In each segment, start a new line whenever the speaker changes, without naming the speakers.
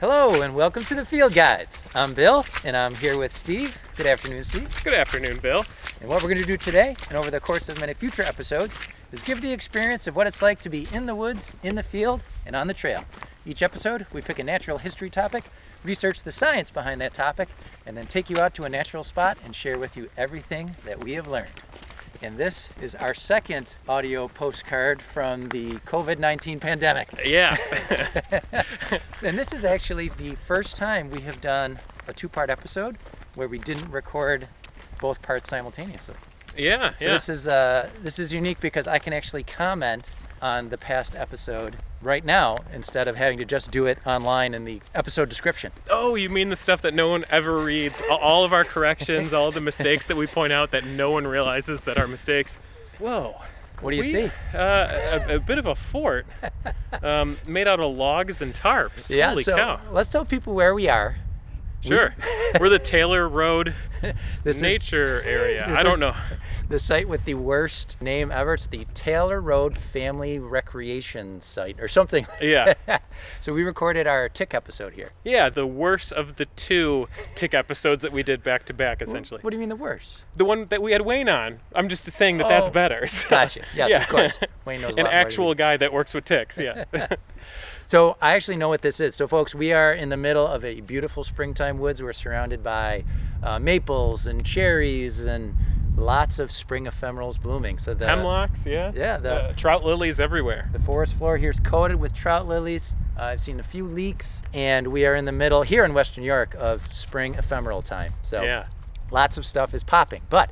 Hello and welcome to the Field Guides. I'm Bill and I'm here with Steve. Good afternoon, Steve.
Good afternoon, Bill.
And what we're going to do today and over the course of many future episodes is give the experience of what it's like to be in the woods, in the field, and on the trail. Each episode, we pick a natural history topic, research the science behind that topic, and then take you out to a natural spot and share with you everything that we have learned. And this is our second audio postcard from the COVID 19 pandemic.
Yeah.
And this is actually the first time we have done a two part episode where we didn't record both parts simultaneously.
yeah.
So
yeah.
this is uh, this is unique because I can actually comment on the past episode right now instead of having to just do it online in the episode description.
oh, you mean the stuff that no one ever reads? A- All of our corrections, all the mistakes that we point out that no one realizes that are mistakes.
Whoa. What do you
We,
see?
Uh, a, a bit of a fort um, made out of logs and tarps.
Yeah,
Holy
so
cow.
let's tell people where we are.
Sure. We're the Taylor Road
This
Nature Area.
this
I
is-
don't know.
is the site with the worst name ever. It's the Taylor Road Family Recreation Site or something.
Yeah.
so we recorded our tick episode here.
Yeah, the worst of the two tick episodes that we did back to back, essentially.
What do you mean the worst?
The one that we had Wayne on. I'm just saying that that's
Oh.
better. so-
Gotcha. Yes,
Yeah.
of course. Wayne knows a lot more
An
than
actual guy that works with ticks, yeah.
So I actually know what this is. So folks, we are in the middle of a beautiful springtime woods. We're surrounded by uh, maples and cherries and lots of spring ephemerals blooming. So the
Hemlocks, yeah.
yeah, the-
Uh, trout lilies everywhere.
the forest floor here is coated with trout lilies. Uh, I've seen a few leaks, and we are in the middle here in Western York of spring ephemeral time. So
Yeah.
lots of stuff is popping. But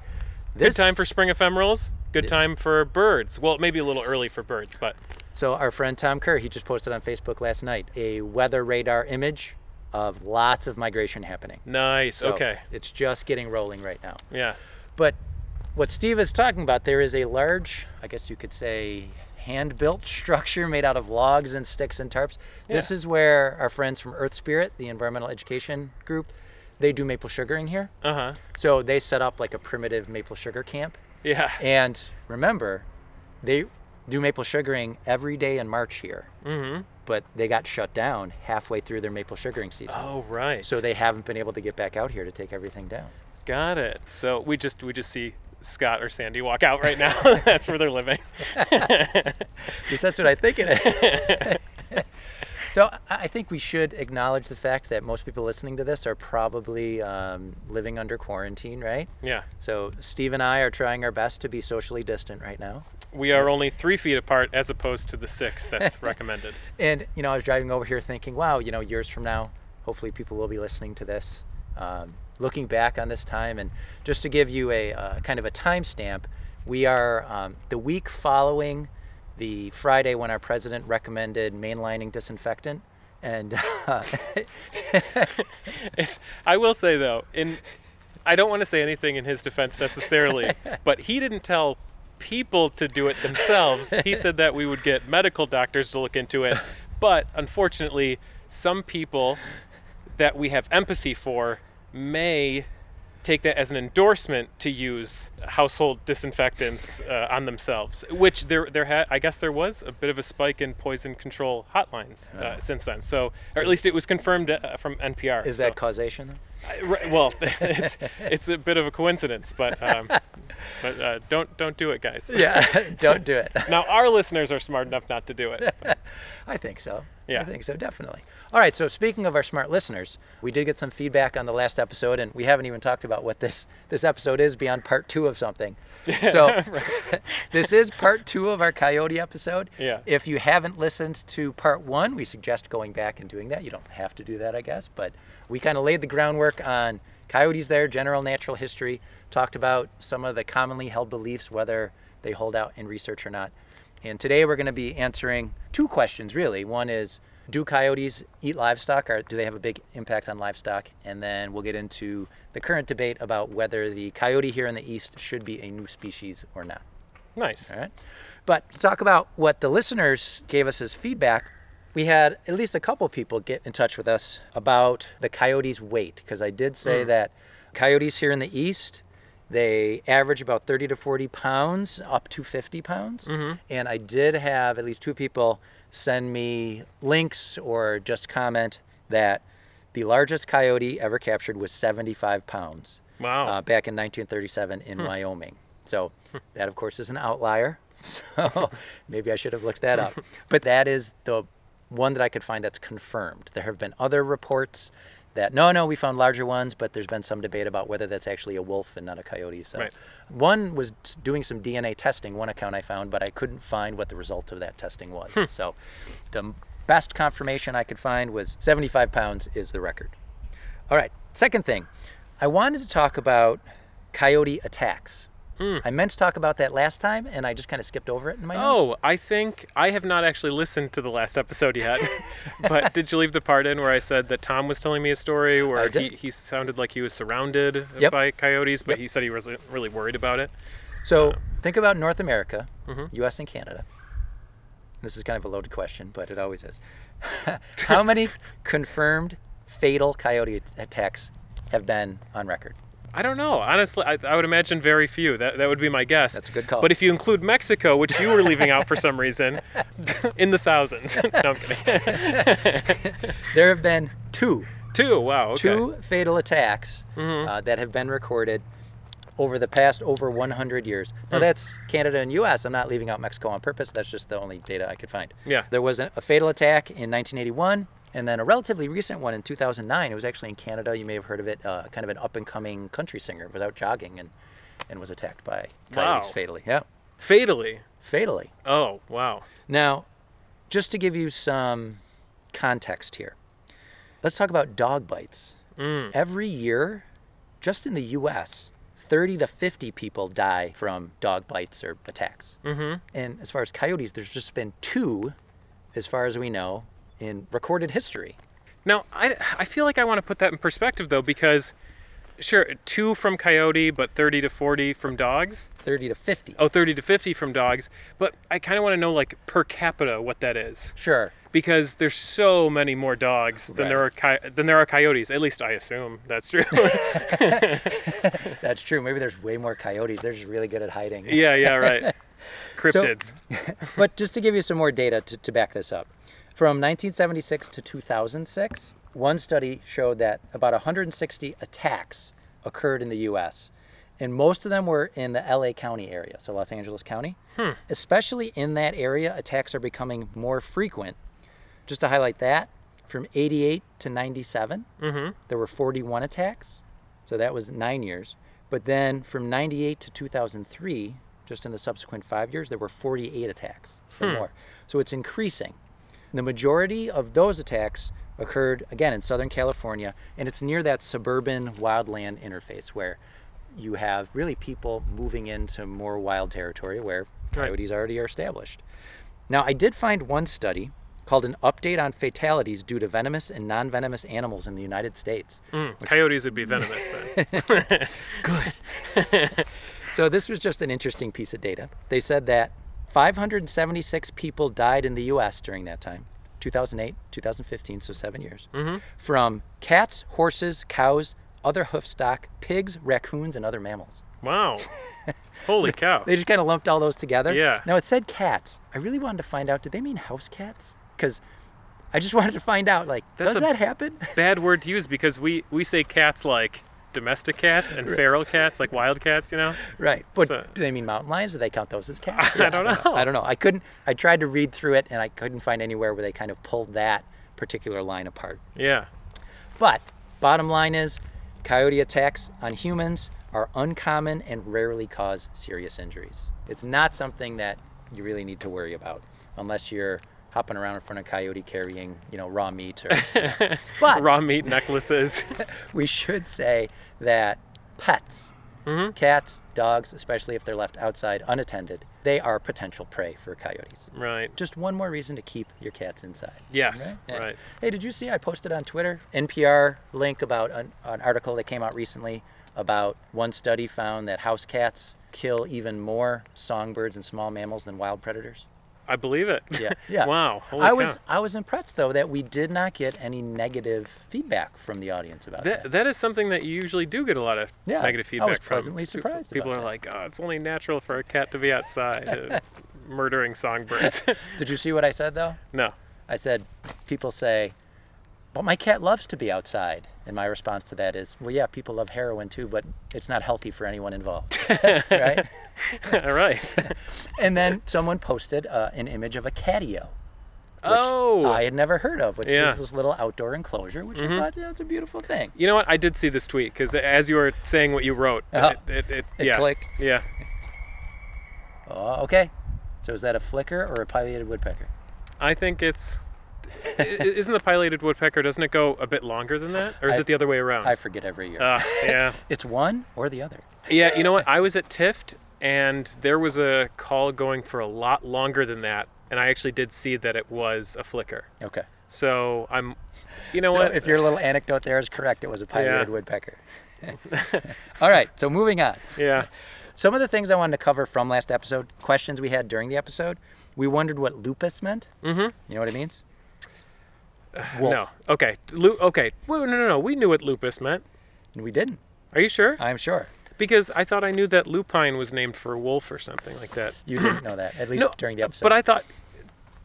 Good
this
time for spring ephemerals. Good time for birds. Well, it may be a little early for birds, but
So our friend Tom Kerr, he just posted on Facebook last night a weather radar image of lots of migration happening.
nice.
So
okay.
It's just getting rolling right now.
Yeah.
But what Steve is talking about, there is a large, I guess you could say, hand built structure made out of logs and sticks and tarps. This
Yeah.
is where our friends from Earth Spirit, the environmental education group, they do maple sugaring here.
Uh huh.
So they set up like a primitive maple sugar camp.
Yeah.
And remember, they do maple sugaring every day in March here. Mm-hmm. But they got shut down halfway through their maple sugaring season.
Oh right.
So they haven't been able to get back out here to take everything down.
Got it. So we just we just see Scott or Sandy walk out right now. That's where they're living.
At least that's what I think it is. so I I think we should acknowledge the fact that most people listening to this are probably um, living under quarantine, right?
Yeah.
So Steve and I are trying our best to be socially distant right now.
We are only three feet apart as opposed to the six that's recommended.
And you know, I was driving over here thinking, wow, you know, years from now, hopefully people will be listening to this, um, looking back on this time. And just to give you a uh, kind of a timestamp, we are um, the week following the Friday when our president recommended mainlining disinfectant. And uh,
It's- I will say though, in I don't want to say anything in his defense necessarily, but he didn't tell people to do it themselves. He said that we would get medical doctors to look into it, but unfortunately, some people that we have empathy for may take that as an endorsement to use household disinfectants uh, on themselves which there there had I guess there was a bit of a spike in poison control hotlines uh, since then so or at least it was confirmed uh, from NPR
is
so.
that causation?
Right, well, it's, it's a bit of a coincidence, but um, but uh, don't don't do it, guys.
Yeah, don't do it.
Now our listeners are smart enough not to do it. but-
I think so. I
Yeah.
think so, definitely. All right, so speaking of our smart listeners, we did get some feedback on the last episode, and we haven't even talked about what this, this episode is beyond part two of something. So, this is part two of our coyote episode.
Yeah.
If you haven't listened to part one, we suggest going back and doing that. You don't have to do that, I guess, but we kind of laid the groundwork on coyotes there, general natural history, talked about some of the commonly held beliefs, whether they hold out in research or not. And today we're going to be answering two questions, really. One is Do coyotes eat livestock, or do they have a big impact on livestock? And then we'll get into the current debate about whether the coyote here in the East should be a new species or not.
nice.
All right. But to talk about what the listeners gave us as feedback, we had at least a couple people get in touch with us about the coyote's weight because I did say that coyotes here in the east they average about 30 to 40 pounds up to 50 pounds and i did have at least two people send me links or just comment that the largest coyote ever captured was 75 pounds
Wow.
uh, back in 1937 in Wyoming. So that, of course, is an outlier. So maybe I should have looked that up. But that is the one that I could find that's confirmed. There have been other reports that no, no, we found larger ones, but there's been some debate about whether that's actually a wolf and not a coyote. So
Right.
one was t- doing some DNA testing, one account I found, but I couldn't find what the result of that testing was. So the m- best confirmation I could find was 75 pounds is the record. All right. Second thing, I wanted to talk about coyote attacks. I meant to talk about that last time, and I just kind of skipped over it in my notes.
Oh, I think I have not actually listened to the last episode yet. but did you leave the part in where I said that Tom was telling me a story
I
where he,
did.
he sounded like he was surrounded
Yep.
by coyotes, but he said he wasn't really worried about it?
So think about North America, U.S. and Canada. This is kind of a loaded question, but it always is. How many confirmed fatal coyote at- attacks have been on record?
I don't know. Honestly, I, I would imagine very few. That, that would be my guess.
That's a good call.
But if you include Mexico, which you were leaving out for some reason, in the thousands. no, I'm kidding.
There have been two,
Two. Wow. Okay. Mm-hmm.
two fatal attacks uh, that have been recorded over the past over 100 years.
Hmm.
Now that's Canada and U.S. I'm not leaving out Mexico on purpose. That's just the only data I could find.
Yeah.
There was a, a fatal attack in 1981, and then a relatively recent one in 2009. It was actually in Canada. You may have heard of it. Uh, kind of an up-and-coming country singer was out jogging and and was attacked by coyotes
Wow.
fatally. Yeah,
Fatally.
fatally.
Oh, wow.
Now, just to give you some context here, let's talk about dog bites.
Mm.
Every year, just in the US, 30 to 50 people die from dog bites or attacks. Mm-hmm. And as far as coyotes, there's just been two, as far as we know, in recorded history.
Now, I, I feel like I want to put that in perspective, though, because sure, two from coyote, but 30 to 40 from dogs.
30 to 50.
Oh, 30 to 50 from dogs. But I kind of want to know, like, per capita what that is.
Sure.
Because there's so many more dogs than there are coy- than there are coyotes. At least I assume that's true.
That's true. Maybe there's way more coyotes. They're just really good at hiding.
yeah, yeah, right. Cryptids.
but just to give you some more data to, to back this up, from 1976 to 2006, one study showed that about 160 attacks occurred in the U.S., and most of them were in the L.A. County area, so Los Angeles County. Especially in that area, attacks are becoming more frequent. Just to highlight that, from 88 to 97, there were 41 attacks, so that was nine years. But then from 98 to 2003, just in the subsequent five years, there were 48 attacks, so more. So it's increasing. The majority of those attacks occurred, again, in Southern California, and it's near that suburban wildland interface where you have really people moving into more wild territory where
Right.
coyotes already are established. Now, I did find one study called an update on fatalities due to venomous and non-venomous animals in the United States.
Mm, coyotes would be venomous then.
So this was just an interesting piece of data. They said that 576 people died in the U.S. during that time, 2008, 2015, so seven years, from cats, horses, cows, other hoof stock, pigs, raccoons, and other mammals.
Wow. Holy cow.
They just kind of lumped all those together.
Yeah.
Now it said cats. I really wanted to find out. Did they mean house cats? Because I just wanted to find out. Like,
That's
does
a-
that happen?
bad word to use because we we say cats like domestic cats and feral cats like wild cats you know
Right. But
So-
do they mean mountain lions? Do they count those as cats?
I don't know.
I don't know. I couldn't. I tried to read through it, and I couldn't find anywhere where they kind of pulled that particular line apart.
yeah
But bottom line is, coyote attacks on humans are uncommon and rarely cause serious injuries. It's not something that you really need to worry about unless you're hopping around in front of coyote carrying, you know, raw meat or. but
raw meat necklaces
we should say that pets, cats, dogs, especially if they're left outside unattended, they are potential prey for coyotes.
right
Just one more reason to keep your cats inside.
yes
Yeah.
right,
Hey, did you see I posted on Twitter NPR link about an, an article that came out recently about one study found that house cats kill even more songbirds and small mammals than wild predators?
i believe it
Yeah. Yeah.
wow holy
I
cow.
was I was impressed though that we did not get any negative feedback from the audience about that.
that, that is something that you usually do get a lot of
Yeah,
negative
I
feedback
was
from.
pleasantly
People-
surprised
People
about
are like, oh, it's only natural for a cat to be outside uh, murdering songbirds.
Did you see what I said though?
no.
I said, people say, but my cat loves to be outside. And my response to that is, well, yeah, people love heroin too, but it's not healthy for anyone involved. right?
All right.
And then someone posted uh, an image of a catio.
oh.
I had never heard of, which
Yeah. Mm-hmm.
is this little outdoor enclosure, which I thought, yeah, it's a beautiful thing.
you know what? I did see this tweet because as you were saying what you wrote,
Uh-huh.
it, it, it,
It
yeah,
clicked.
Yeah.
Oh, okay. So is that a flicker or a pileated woodpecker?
I think it's. i- i- Isn't the pileated woodpecker? Doesn't it go a bit longer than that, or is
I-
it the other way around?
I forget every year.
Ah, yeah.
it's one or the other.
Yeah, you know what? I was at Tift and there was a call going for a lot longer than that, and I actually did see that it was a flicker.
Okay.
So I'm, you know
so
what?
if your little anecdote there is correct, it was a pileated
Yeah.
woodpecker. All right. So moving on.
yeah,
Some of the things I wanted to cover from last episode, questions we had during the episode, we wondered what lupus meant. Mm-hmm. You know what it means? Wolf.
no, okay, Lu- okay. Wait, no, no, no. We knew what lupus meant.
And we didn't,
Are you sure?
I'm sure.
Because I thought I knew that lupine was named for a wolf or something like that.
You didn't know that, at least during the episode.
But I thought,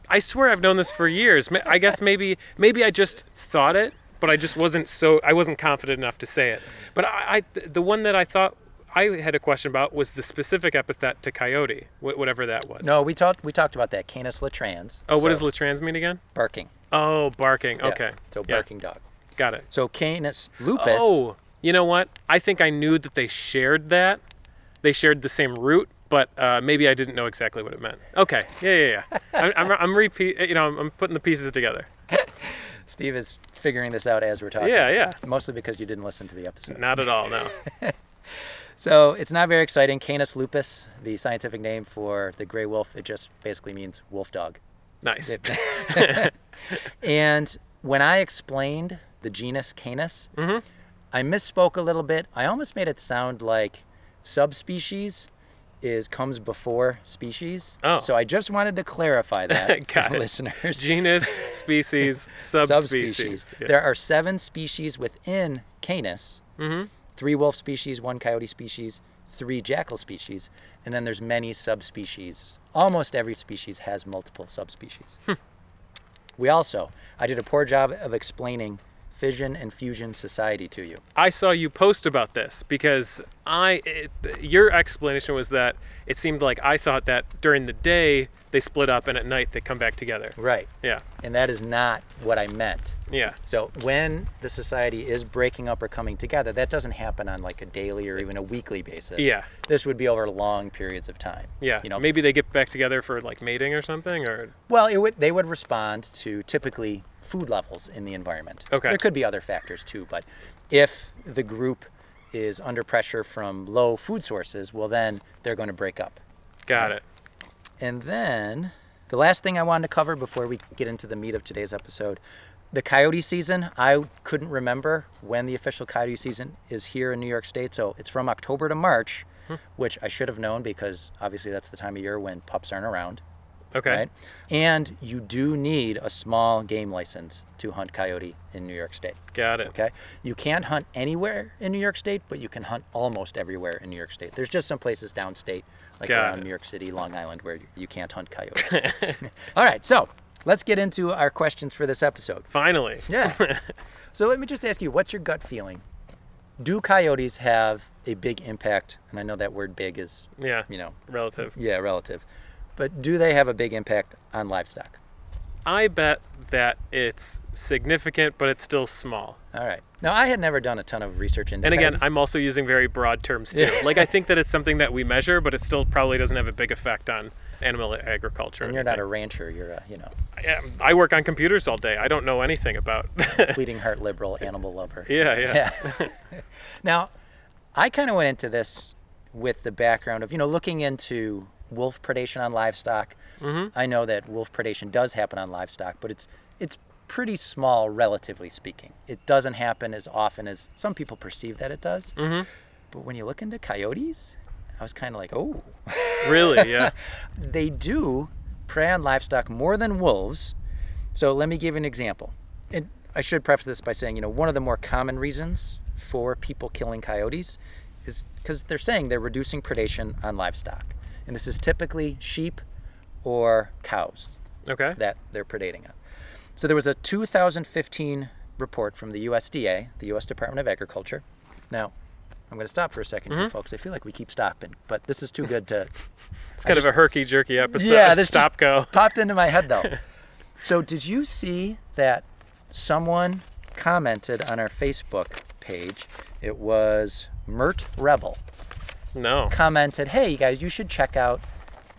I swear I've known this for years. Ma- I guess maybe maybe I just thought it, but I just wasn't so I wasn't confident enough to say it. But I, I th- the one that I thought I had a question about was the specific epithet to coyote, wh- whatever that was.
No, we talked we talked about that. Canis latrans.
Oh, what
so
does latrans mean again?
barking?
Oh, barking.
Yeah,
Okay.
So
Yeah,
barking dog.
got it.
So Canis lupus.
Oh, you know what? I think I knew that they shared that. They shared the same root, but uh, maybe I didn't know exactly what it meant. Okay. Yeah, yeah, yeah. I'm, I'm, I'm repeat. You know, I'm, I'm putting the pieces together.
Steve is figuring this out as we're talking.
Yeah, yeah.
Mostly because you didn't listen to the episode.
Not at all. No.
So it's not very exciting. Canis lupus, the scientific name for the gray wolf, it just basically means wolf dog.
Nice.
And when I explained the genus Canis,
Mm-hmm.
I misspoke a little bit. I almost made it sound like subspecies is comes before species.
Oh.
So I just wanted to clarify that
Got
for
it.
listeners.
Genus, species, subspecies. Yeah.
There are seven species within Canis. Three wolf species, one coyote species, three jackal species, and then there's many subspecies. Almost every species has multiple subspecies. We also, I did a poor job of explaining fission and fusion society to you.
I saw you post about this because I, it, your explanation was that it seemed like I thought that during the day they split up and at night they come back together.
Right.
Yeah.
And that is not what I meant.
Yeah.
So when the society is breaking up or coming together, that doesn't happen on like a daily or even a weekly basis.
Yeah.
This would be over long periods of time.
Yeah.
You know,
maybe they get back together for like mating or something or
Well, it would they would respond to typically food levels in the environment.
Okay.
There could be other factors too, but if the group is under pressure from low food sources, well then they're going to break up.
got it.
And then the last thing I wanted to cover before we get into the meat of today's episode, the coyote season, I couldn't remember when the official coyote season is here in New York State, so it's from October to March, which I should have known because obviously that's the time of year when pups aren't around
Okay.
right? And you do need a small game license to hunt coyote in New York State.
Got it.
Okay, you can't hunt anywhere in New York State, but you can hunt almost everywhere in New York State. There's just some places downstate, like
Got
around
it.
New York City, Long Island, where you, you can't hunt coyote. All right, so let's get into our questions for this episode.
Finally.
Yeah. so let me just ask you, what's your gut feeling? Do coyotes have a big impact? And I know that word "big" is,
Yeah.
you know,
Relative.
yeah, relative. But do they have a big impact on livestock?
I bet that it's significant, but it's still small.
All right. Now, I had never done a ton of research into
And again,
coyotes.
I'm also using very broad terms too.
Yeah.
Like I think that it's something that we measure, but it still probably doesn't have a big effect on animal agriculture.
And
or
you're not a
anything.
rancher. You're a, you know,
I, I work on computers all day. I don't know anything about. yeah,
bleeding heart liberal animal lover.
yeah,
now, I kind of went into this with the background of, you know, looking into wolf predation on livestock. I know that wolf predation does happen on livestock, but it's it's pretty small relatively speaking. It doesn't happen as often as some people perceive that it does. But when you look into coyotes, I was kind of like, "Oh,
Really? Yeah.
they do prey on livestock more than wolves. So let me give you an example. And I should preface this by saying, you know, one of the more common reasons for people killing coyotes is because they're saying they're reducing predation on livestock. And this is typically sheep or cows
Okay.
that they're predating on. So there was a 2015 report from the USDA, the U.S. Department of Agriculture. Now, I'm going to stop for a 2nd here, folks. I feel like we keep stopping, but this is too good to.
It's kind
just-
of a herky jerky episode.
yeah, this
stop
just
go.
popped into my head though. so, did you see that someone commented on our Facebook page? It was Mert Rebel
No.
commented, "Hey, you guys, you should check out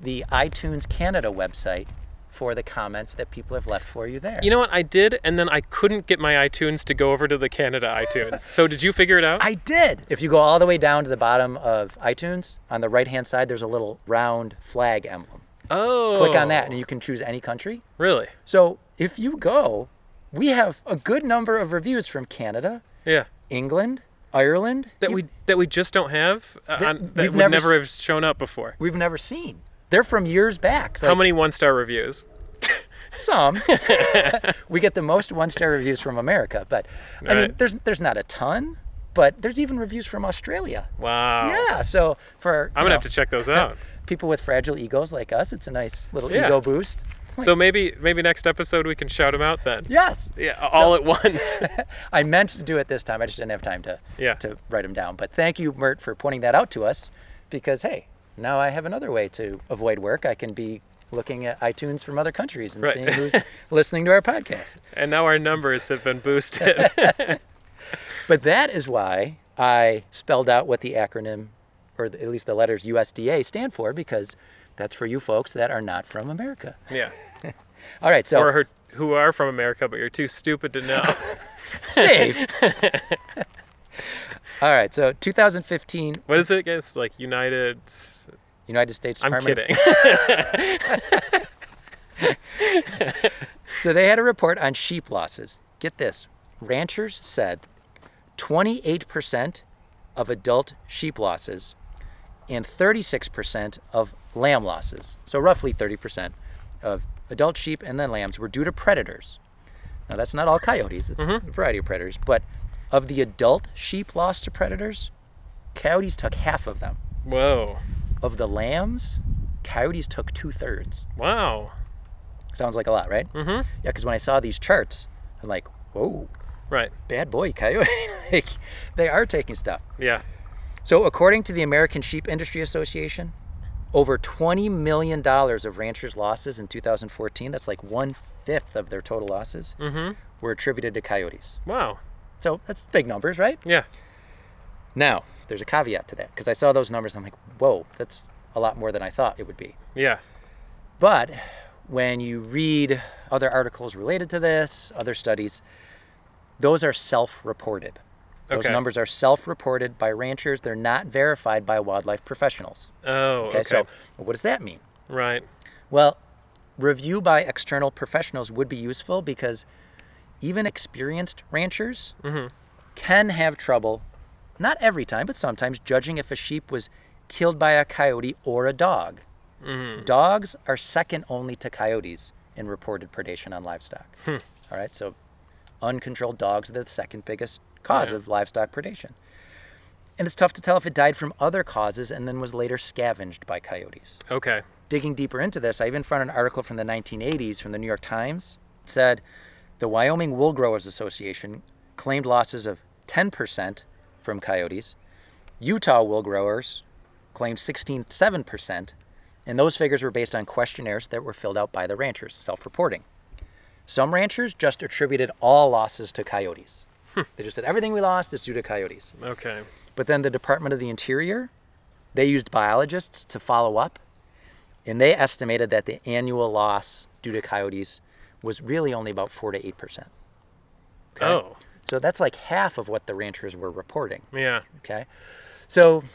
the iTunes Canada website for the comments that people have left for you there."
You know what? I did, and then I couldn't get my iTunes to go over to the Canada iTunes. So did you figure it out?
I did. If you go all the way down to the bottom of iTunes, on the right-hand side, there's a little round flag emblem.
oh.
Click on that, and you can choose any country.
Really?
So, if you go, we have a good number of reviews from Canada,
Yeah.
England, Ireland
That
you-
we that we just don't have uh,
That
on, that
we've
would
never
never,
s-
have shown up before.
we've never seen. They're from years back. So
How many one star reviews?
some we get the most one-star reviews from America, but I mean,
Right.
there's there's not a ton, but there's even reviews from Australia.
Wow.
Yeah, so for
I'm gonna have to check those out.
people with fragile egos like us, it's a nice little
Yeah.
ego boost.
so maybe maybe next episode we can shout them out then.
Yes.
Yeah, all at once.
I meant to do it this time. I just didn't have time to
Yeah.
to write them down. But thank you, Mert, for pointing that out to us, because hey, now I have another way to avoid work. I can be looking at iTunes from other countries and
Right.
seeing who's listening to our podcast.
and now our numbers have been boosted.
But that is why I spelled out what the acronym, or at least the letters USDA stand for, because that's for you folks that are not from America.
yeah.
All right, so
Or her, who are from America, but you're too stupid to know.
Dave. All right, so 2015
What is it against? Like United. s-
United States
I'm
Department. of-
kidding.
So they had a report on sheep losses. Get this ranchers said 28% of adult sheep losses and 36% of lamb losses. So roughly 30% of adult sheep and then lambs were due to predators. Now that's not all coyotes, it's a variety of predators, but of the adult sheep lost to predators, coyotes took half of them.
Whoa.
Of the lambs, coyotes took two thirds.
Wow.
Sounds like a lot, right? Mm-hmm. Yeah, because when I saw these charts, I'm like, whoa,
Right.
bad boy, coyote. like, they are taking stuff.
Yeah.
So, according to the American Sheep Industry Association, over $20 million of ranchers' losses in 2014, that's like one fifth of their total losses, were attributed to coyotes.
Wow.
So, that's big numbers, right?
Yeah.
Now, there's a caveat to that because I saw those numbers and I'm like, whoa, that's a lot more than I thought it would be.
Yeah.
But when you read other articles related to this, other studies, those are self reported. Those
Okay.
numbers are self reported by ranchers, they're not verified by wildlife professionals.
Oh. Okay.
Okay, so what does that mean?
right.
Well, review by external professionals would be useful because even experienced ranchers can have trouble, not every time, but sometimes, judging if a sheep was killed by a coyote or a dog. Dogs are second only to coyotes in reported predation on livestock. All right, so uncontrolled dogs are the second biggest cause of livestock predation. And it's tough to tell if it died from other causes and then was later scavenged by coyotes
Okay.
digging deeper into this, I even found an article from the 1980s from the New York Times. It said the Wyoming Wool Growers Association claimed losses of 10% from coyotes. Utah wool growers claimed 16.7%, and those figures were based on questionnaires that were filled out by the ranchers, self-reporting. Some ranchers just attributed all losses to coyotes. They just said everything we lost is due to coyotes.
Okay.
But then the Department of the Interior, they used biologists to follow up, and they estimated that the annual loss due to coyotes was really only about 4 to 8%.
Oh.
So that's like half of what the ranchers were reporting,
Yeah.
okay? So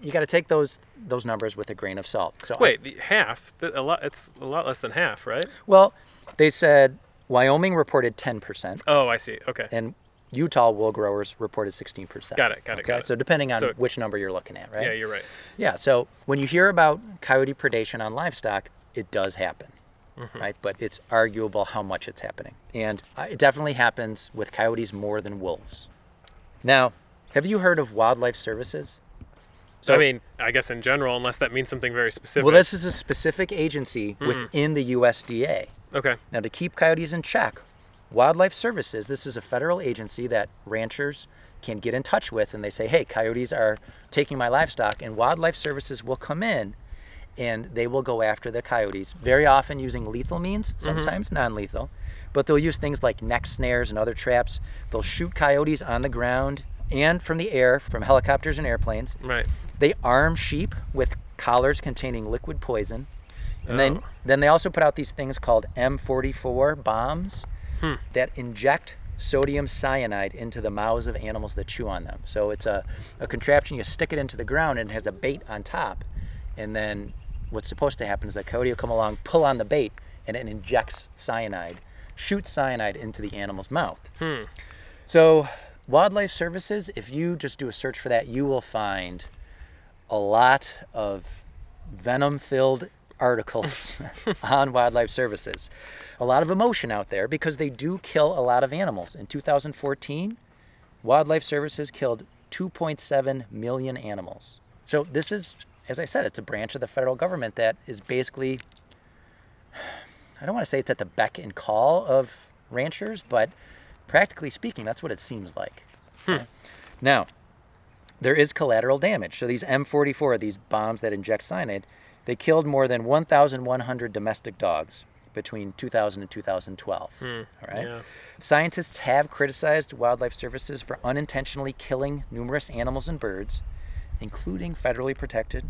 you got to take those those numbers with a grain of salt. So I-
Wait, the half. Th- a lot. It's a lot less than half, right?
well, they said Wyoming reported 10%
Oh, I see. Okay.
and Utah wool growers reported 16%.
Got it, got it,
Okay,
got it.
so depending on
So-
which number you're looking at, right?
Yeah, you're right.
Yeah, so when you hear about coyote predation on livestock, it does happen, right? But it's arguable how much it's happening. And uh, it definitely happens with coyotes more than wolves. Now, have you heard of wildlife services?
So I mean, I guess in general, unless that means something very specific.
Well, this is a specific agency within the USDA.
Okay.
Now, to keep coyotes in check, Wildlife Services, this is a federal agency that ranchers can get in touch with and they say, hey, coyotes are taking my livestock, and Wildlife Services will come in and they will go after the coyotes, very often using lethal means, sometimes non lethal, but they'll use things like neck snares and other traps. They'll shoot coyotes on the ground and from the air, from helicopters and airplanes.
Right.
They arm sheep with collars containing liquid poison. And then then they also put out these things called M44 bombs that inject sodium cyanide into the mouths of animals that chew on them. So it's a, a contraption you stick it into the ground and it has a bait on top. And then what's supposed to happen is the coyote will come along, pull on the bait, and it injects cyanide, shoots cyanide into the animal's mouth. So, wildlife services, if you just do a search for that, you will find a lot of venom filled articles on wildlife services. A lot of emotion out there because they do kill a lot of animals. In 2014, wildlife services killed 2.7 million animals. So, this is, as I said, it's a branch of the federal government that is basically I don't want to say it's at the beck and call of ranchers, but practically speaking, that's what it seems like. Now, there is collateral damage. So these M44, these bombs that inject cyanide, they killed more than 1,100 domestic dogs between 2000 and 2012. All right.
yeah.
Scientists have criticized wildlife services for unintentionally killing numerous animals and birds, including federally protected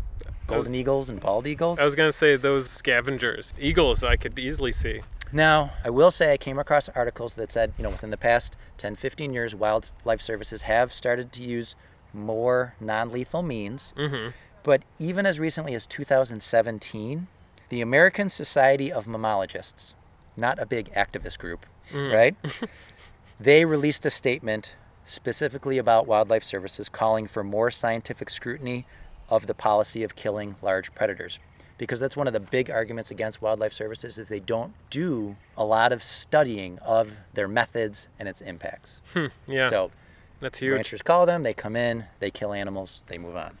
golden eagles and bald eagles.
I was gonna say those scavengers, eagles. I could easily see.
Now, I will say I came across articles that said, you know, within the past 10, 15 years, wildlife services have started to use more non lethal means. Mm-hmm. But even as recently as 2017, the American Society of Mammalogists, not a big activist group, right? they released a statement specifically about wildlife services calling for more scientific scrutiny of the policy of killing large predators because that's one of the big arguments against wildlife services is they don't do a lot of studying of their methods and its impacts
Yeah,
so
that's huge.
ranchers call them they come in they kill animals they move on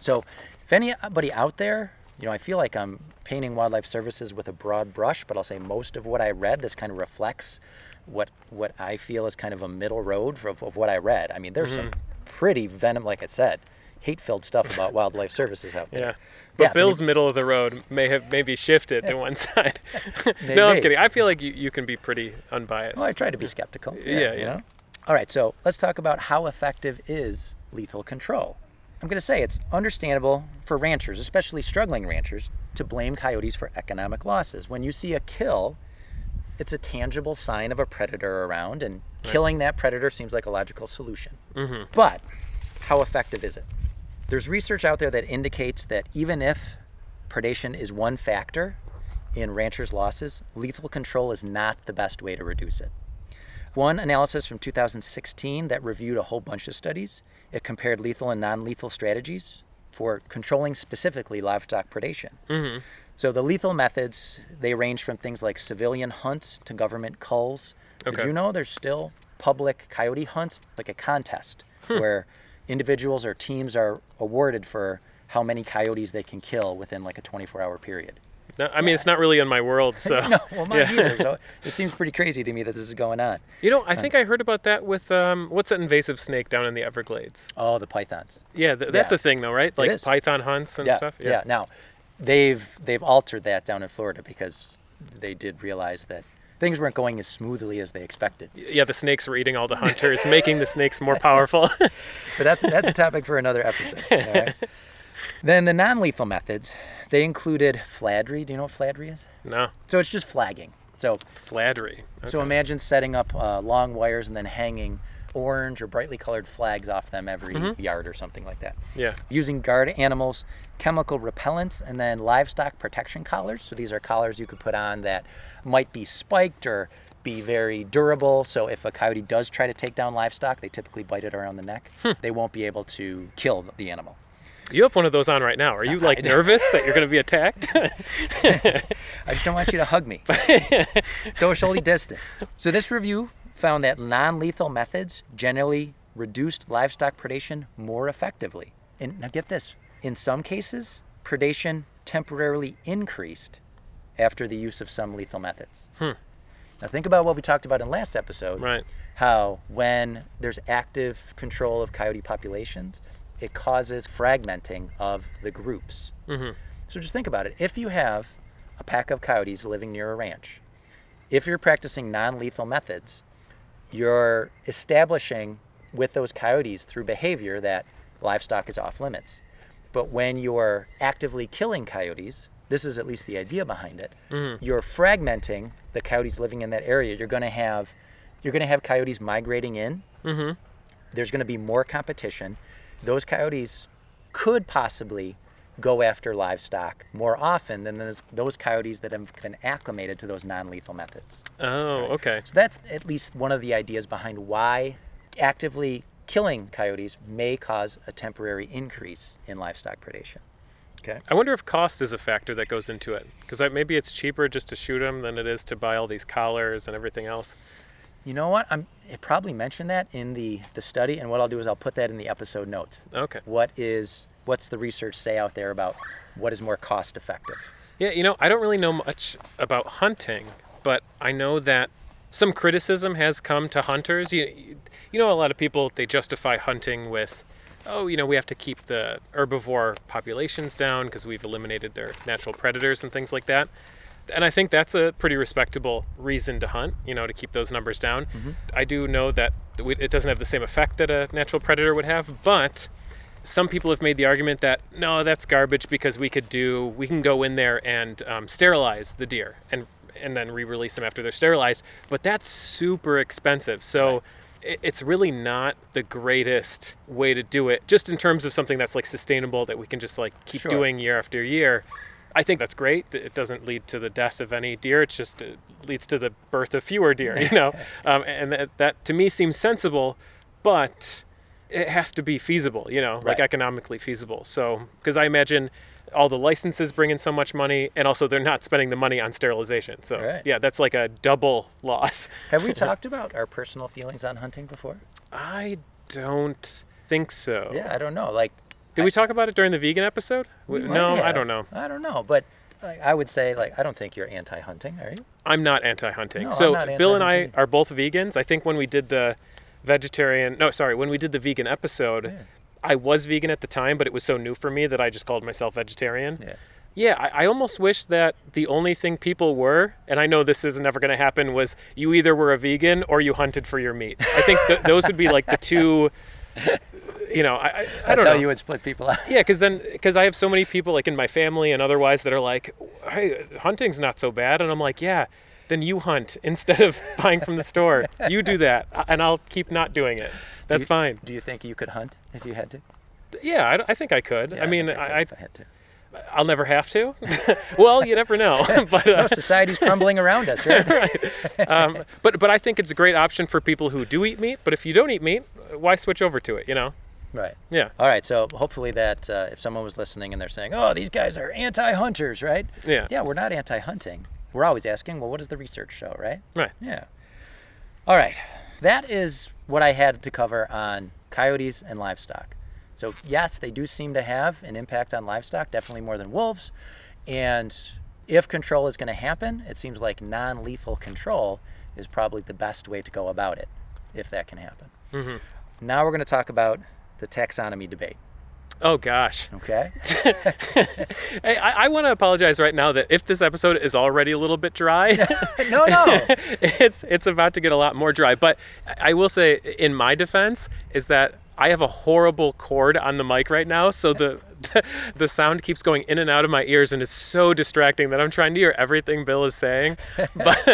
so if anybody out there you know i feel like i'm painting wildlife services with a broad brush but i'll say most of what i read this kind of reflects what what i feel is kind of a middle road of, of what i read i mean there's some pretty venom like i said hate filled stuff about wildlife services out there
Yeah. But
Yeah, I mean-
Bill's middle of the road may have maybe shifted to one side. no, I'm
Maybe.
kidding. I feel like you, you can be pretty unbiased.
Well, I try to be skeptical.
yeah,
you
yeah.
know? All right, so let's talk about how effective is lethal control. I'm going to say it's understandable for ranchers, especially struggling ranchers, to blame coyotes for economic losses. When you see a kill, it's a tangible sign of a predator around, and killing that predator seems like a logical solution.
Mm-hmm.
But how effective is it? There's research out there that indicates that even if predation is one factor in ranchers' losses, lethal control is not the best way to reduce it. One analysis from 2016 that reviewed a whole bunch of studies, it compared lethal and non lethal strategies for controlling specifically livestock predation.
Mm-hmm.
So the lethal methods, they range from things like civilian hunts to government culls. Did
Okay.
you know there's still public coyote hunts, like a contest
Hmm.
where individuals or teams are awarded for how many coyotes they can kill within like a 24 hour period?
No, I mean, it's not really in my world, so.
No, well, mine
Yeah.
either. So it seems pretty crazy to me that this is going on.
You know,
Uh.
I think I heard about that with um, what's that invasive snake down in the Everglades?
Oh, the pythons.
Yeah, th- that's
Yeah.
a thing though, right? Like
is.
python hunts and
yeah,
stuff.
Yeah. Now, they've they've altered that down in Florida because they did realize that things weren't going as smoothly as they expected.
Yeah, the snakes were eating all the hunters, making the snakes more powerful.
But that's that's a topic for another episode. all right? Then the non-lethal methods, they included flattery. Do you know what flattery is?
no,
So it's just flagging. So
flattery.
so imagine setting up uh, long wires and then hanging orange or brightly colored flags off them every yard or something like that.
Yeah.
using guard animals, chemical repellents, and then livestock protection collars. So these are collars you could put on that might be spiked or be very durable. So if a coyote does try to take down livestock, they typically bite it around the neck. They won't be able to kill the animal.
You have one of those on right now. Are you like nervous that you're going to be attacked?
I just don't want you to hug me. Socially distant. So this review found that non-lethal methods generally reduced livestock predation more effectively. And now get this, in some cases, predation temporarily increased after the use of some lethal methods. Now think about what we talked about in last episode.
Right.
How when there's active control of coyote populations, it causes fragmenting of the groups. So just think about it. If you have a pack of coyotes living near a ranch, if you're practicing non-lethal methods, you're establishing with those coyotes through behavior that livestock is off limits. But when you're actively killing coyotes, this is at least the idea behind it. You're fragmenting the coyotes living in that area. You're going to have you're going to have coyotes migrating in. There's going to be more competition. Those coyotes could possibly go after livestock more often than those, those coyotes that have been acclimated to those non-lethal methods.
Oh, okay.
So that's at least one of the ideas behind why actively killing coyotes may cause a temporary increase in livestock predation. Okay.
I wonder if cost is a factor that goes into it, because maybe it's cheaper just to shoot them than it is to buy all these collars and everything else.
You know what? I'm, it probably mentioned that in the, the study, and what I'll do is I'll put that in the episode notes.
Okay.
What is what's the research say out there about what is more cost effective?
Yeah, you know, I don't really know much about hunting, but I know that some criticism has come to hunters. You, you know, a lot of people they justify hunting with, oh, you know, we have to keep the herbivore populations down because we've eliminated their natural predators and things like that. And I think that's a pretty respectable reason to hunt, you know, to keep those numbers down. I do know that we- it doesn't have the same effect that a natural predator would have, but some people have made the argument that no, that's garbage because we could do we can go in there and um, sterilize the deer and and then re-release them after they're sterilized, but that's super expensive. So i it's really not the greatest way to do it. Just in terms of something that's like sustainable that we can just like keep
Sure.
doing year after year. I think that's great. It doesn't lead to the death of any deer. It just uh, leads to the birth of fewer deer, you know? um, and that, that to me seems sensible, but it has to be feasible, you know, like
Right.
economically feasible. So, because I imagine all the licenses bring in so much money, and also they're not spending the money on sterilization. So,
Right.
yeah, that's like a double loss.
Have we talked about our personal feelings on hunting before?
I don't think so.
Yeah, I don't know. Like,
Did we talk about it during the vegan episode? We-
we might
no, I
have.
don't know.
I don't know, but like, I would say like I don't think you're anti-hunting, are you?
I'm not anti-hunting.
No,
so
I'm not
Bill and I
anti-hunting.
are both vegans. I think when we did the vegetarian, no, sorry, when we did the vegan episode, I was vegan at the time, but it was so new for me that I just called myself vegetarian.
Yeah.
Yeah, I, I almost wish that the only thing people were, and I know this is never going to happen, was you either were a vegan or you hunted for your meat. I think th- those would be like the two. You know, I I, I
That's
don't know.
how you would split people out.
Yeah, because then because I have so many people like in my family and otherwise that are like, hey, hunting's not so bad, and I'm like, yeah, then you hunt instead of buying from the store. You do that, a- and I'll keep not doing it. That's
you-
fine.
Do you think you could hunt if you had to?
Yeah, I, I think I could.
Yeah,
I mean,
think
I, I
could if I had to.
I'll never have to. well, you never know. but uh,
No, society's crumbling around us, right?
um, but but I think it's a great option for people who do eat meat. But if you don't eat meat, why switch over to it? You know?
Right.
Yeah.
All right. So hopefully that uh, if someone was listening and they're saying, "Oh, these guys are anti-hunters," right?
Yeah.
Yeah, we're not anti-hunting. We're always asking, "Well, what does the research show?" Right?
Right.
Yeah. All right. That is what I had to cover on coyotes and livestock. So, yes, they do seem to have an impact on livestock, definitely more than wolves. And if control is going to happen, it seems like non lethal control is probably the best way to go about it, if that can happen. Now we're going to talk about the taxonomy debate.
Oh gosh.
Okay.
Hey, I, I want to apologize right now that if this episode is already a little bit dry,
no, no.
it's it's about to get a lot more dry. But I I will say, in my defense, is that I have a horrible cord on the mic right now, so the the sound keeps going in and out of my ears, and it's so distracting that I'm trying to hear everything Bill is saying. But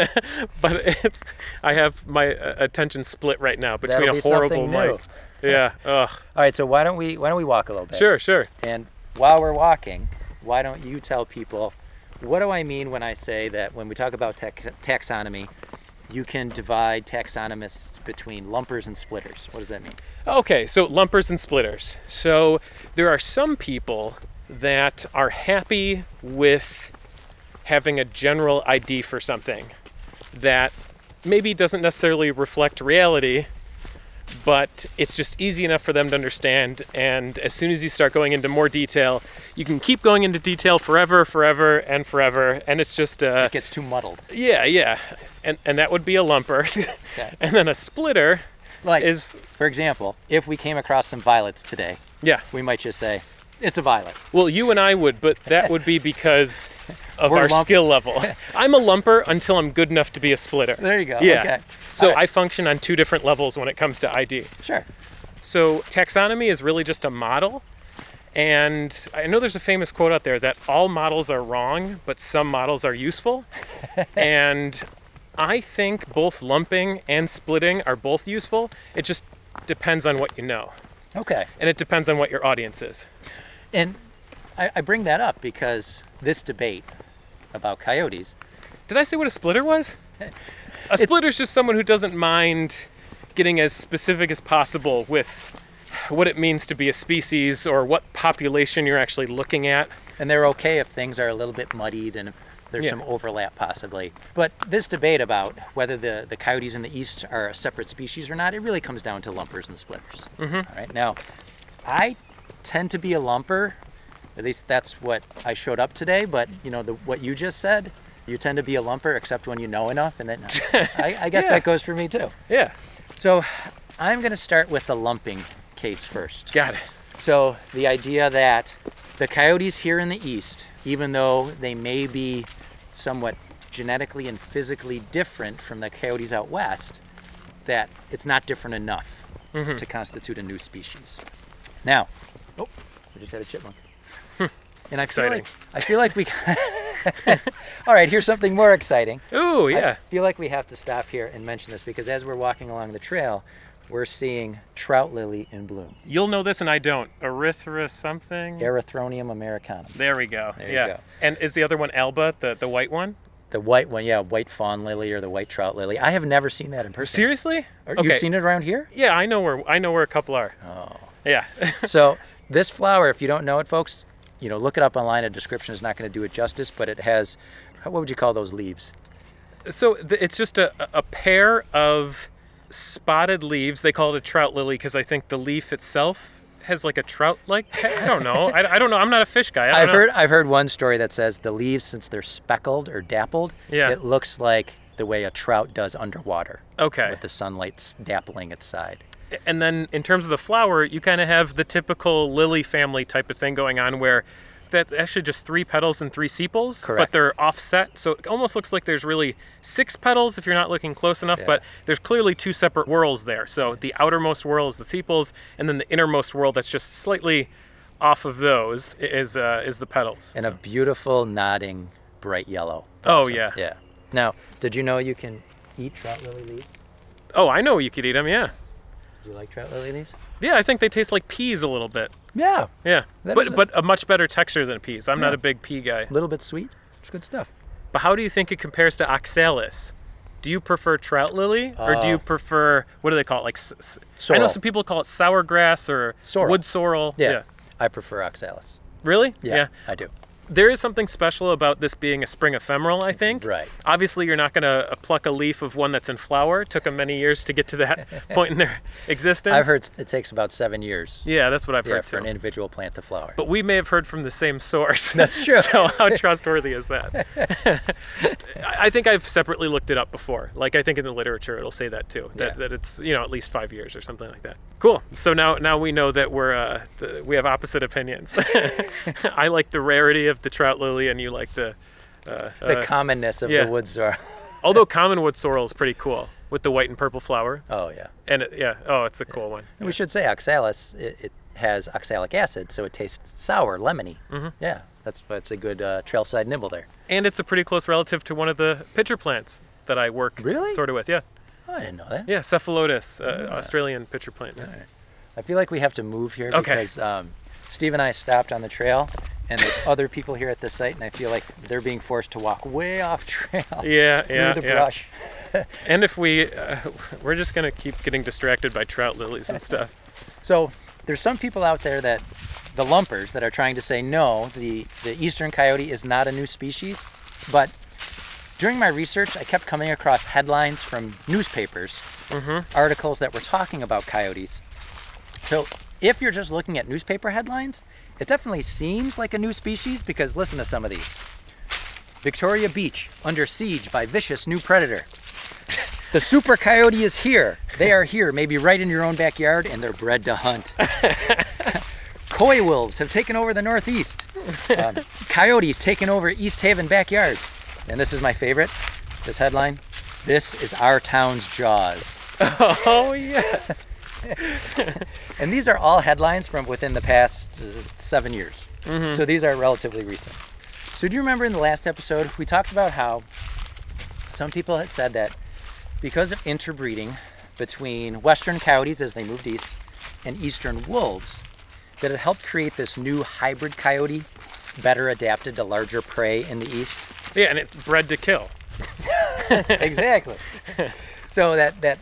but it's I have my uh, attention split right now between
That'll
a
be
horrible
something new.
mic. Yeah. Ugh.
All right. So, why don't we, why don't we walk a little bit?
Sure. Sure.
And while we're walking, why don't you tell people what do I mean when I say that when we talk about tax- taxonomy, you can divide taxonomists between lumpers and splitters? What does that mean?
Okay, so lumpers and splitters. So there are some people that are happy with having a general ID for something that maybe doesn't necessarily reflect reality, but it's just easy enough for them to understand. And as soon as you start going into more detail, you can keep going into detail forever, forever, and forever. And it's just uh,
It gets too muddled.
yeah, yeah, and and that would be a lumper, and then a splitter
Like,
is
for example, if we came across some violets today,
yeah.
we might just say, it's a violet.
Well, you and I would, but that would be because of
We're
our
lump-
skill level. I'm a lumper until I'm good enough to be a splitter.
There you go.
Yeah.
Okay.
So
All right.
I function on two different levels when it comes to ID.
Sure.
So taxonomy is really just a model. And I know there's a famous quote out there that all models are wrong, but some models are useful. and I think both lumping and splitting are both useful. It just depends on what you know,
Okay.
and it depends on what your audience is.
And I, I bring that up because this debate about coyotes,
Did I say what a splitter was? A splitter's just someone who doesn't mind getting as specific as possible with what it means to be a species or what population you're actually looking at.
and they're okay if things are a little bit muddied and if there's
Yeah.
some overlap possibly. But this debate about whether the, the coyotes in the east are a separate species or not, it really comes down to lumpers and splitters. Mm-hmm. right. Now, I tend to be a lumper. At least that's what I showed up today. But you know the, what you just said. You tend to be a lumper, except when you know enough, and then I, I guess
Yeah.
that goes for me too.
Yeah,
So I'm going to start with the lumping case first.
got it.
So the idea that the coyotes here in the east, even though they may be somewhat genetically and physically different from the coyotes out west, that it's not different enough
Mm-hmm.
to constitute a new species. Now, oh, we just had a chipmunk. And I feel,
Exciting.
like, I feel like we. All right, here's something more exciting.
Ooh,
I
yeah.
feel like we have to stop here and mention this because as we're walking along the trail, we're seeing trout lily in bloom,
You'll know this and I don't. Erythra something.
Erythronium americanum.
There we go.
you
yeah.
go.
And is the other one Alba, the, the white one?
The white one, yeah, white fawn lily or the white trout lily. I have never seen that in person.
Seriously?
Or- You've seen it around here?
Yeah, I know where I know where a couple are. Oh. Yeah.
so this flower, if you don't know it, folks, you know, look it up online. A description is not going to do it justice, but it has, what would you call those leaves?
So th- it's just a, a pair of spotted leaves. They call it a trout lily because I think the leaf itself has like a trout like. I don't know. I, I don't know. I'm not a fish guy. I don't
I've
know.
heard I've heard one story that says the leaves, since they're speckled or dappled,
Yeah.
it looks like the way a trout does underwater
Okay.
with the sunlight's dappling its side.
And then in terms of the flower, you kind of have the typical lily family type of thing going on where that's actually just three petals and three sepals,
Correct.
but they're offset. So it almost looks like there's really six petals if you're not looking close enough, but there's clearly two separate whorls there. So the outermost whorl is the sepals, and then the innermost whorl that's just slightly off of those i- is uh, is the petals.
and
So-
a beautiful nodding bright yellow.
Oh,
blossom.
yeah.
Yeah. Now, did you know you can eat trout lily leaves?
oh, I know you could eat them, yeah.
Do you like trout lily leaves?
Yeah, I think they taste like peas a little bit.
Yeah.
Yeah.
That
but
is a-
but a much better texture than peas. I'm not a big pea guy.
A little bit sweet. It's good stuff.
But how do you think it compares to oxalis? Do you prefer trout lily or do you prefer what do they call it? Like s- s- I know
Uh, Sorrel.
some people call it sour grass or
Sorrel.
wood sorrel.
Yeah. I prefer oxalis.
Really?
Yeah, I do.
There is something special about this being a spring ephemeral, I think.
Right.
Obviously, you're not going to pluck a leaf of one that's in flower. It took them many years to get to that point in their existence.
I've heard it takes about seven years
Yeah, that's what I've
yeah,
heard
for an
too.
individual plant to flower.
but we may have heard from the same source. That's
true.
so how trustworthy is that? I I think I've separately looked it up before. Like I think in the literature it'll say that too. That,
Yeah.
that it's you know at least five years or something like that. Cool. So now now we know that we're uh, th- we have opposite opinions. I like the rarity of the trout lily, and you like the uh,
the
uh,
commonness of
yeah.
the wood sorrel.
although common wood sorrel is pretty cool with the white and purple flower.
Oh yeah.
And it, yeah, oh, it's a cool one.
And we should say oxalis. It, it has oxalic acid, so it tastes sour, lemony. Mm-hmm. Yeah, that's that's a good uh, trailside nibble there.
And it's a pretty close relative to one of the pitcher plants that I work
Really?
sort of with. Yeah.
Oh, I didn't know that.
Yeah, cephalotus, uh, Australian pitcher plant.
I feel like we have to move here
Okay.
because um, Steve and I stopped on the trail, and there's other people here at this site, and I feel like they're being forced to walk way off trail
Yeah,
through
yeah,
the
yeah.
brush.
And if we, uh, we're just gonna keep getting distracted by trout lilies and stuff.
So there's some people out there that the lumpers that are trying to say no, the the eastern coyote is not a new species, but during my research, I kept coming across headlines from newspapers, articles that were talking about coyotes. So if you're just looking at newspaper headlines, it definitely seems like a new species because listen to some of these Victoria Beach under siege by vicious new predator. The super coyote is here. They are here, maybe right in your own backyard, and they're bred to hunt. Coy wolves have taken over the Northeast. Um, coyotes taking over East Haven backyards. And this is my favorite this headline This is our town's jaws.
Oh yes.
And these are all headlines from within the past uh, seven years. So these are relatively recent. So do you remember in the last episode we talked about how some people had said that because of interbreeding between western coyotes as they moved east and eastern wolves, that it helped create this new hybrid coyote better adapted to larger prey in the east?
Yeah, and it's bred to kill.
exactly. So that that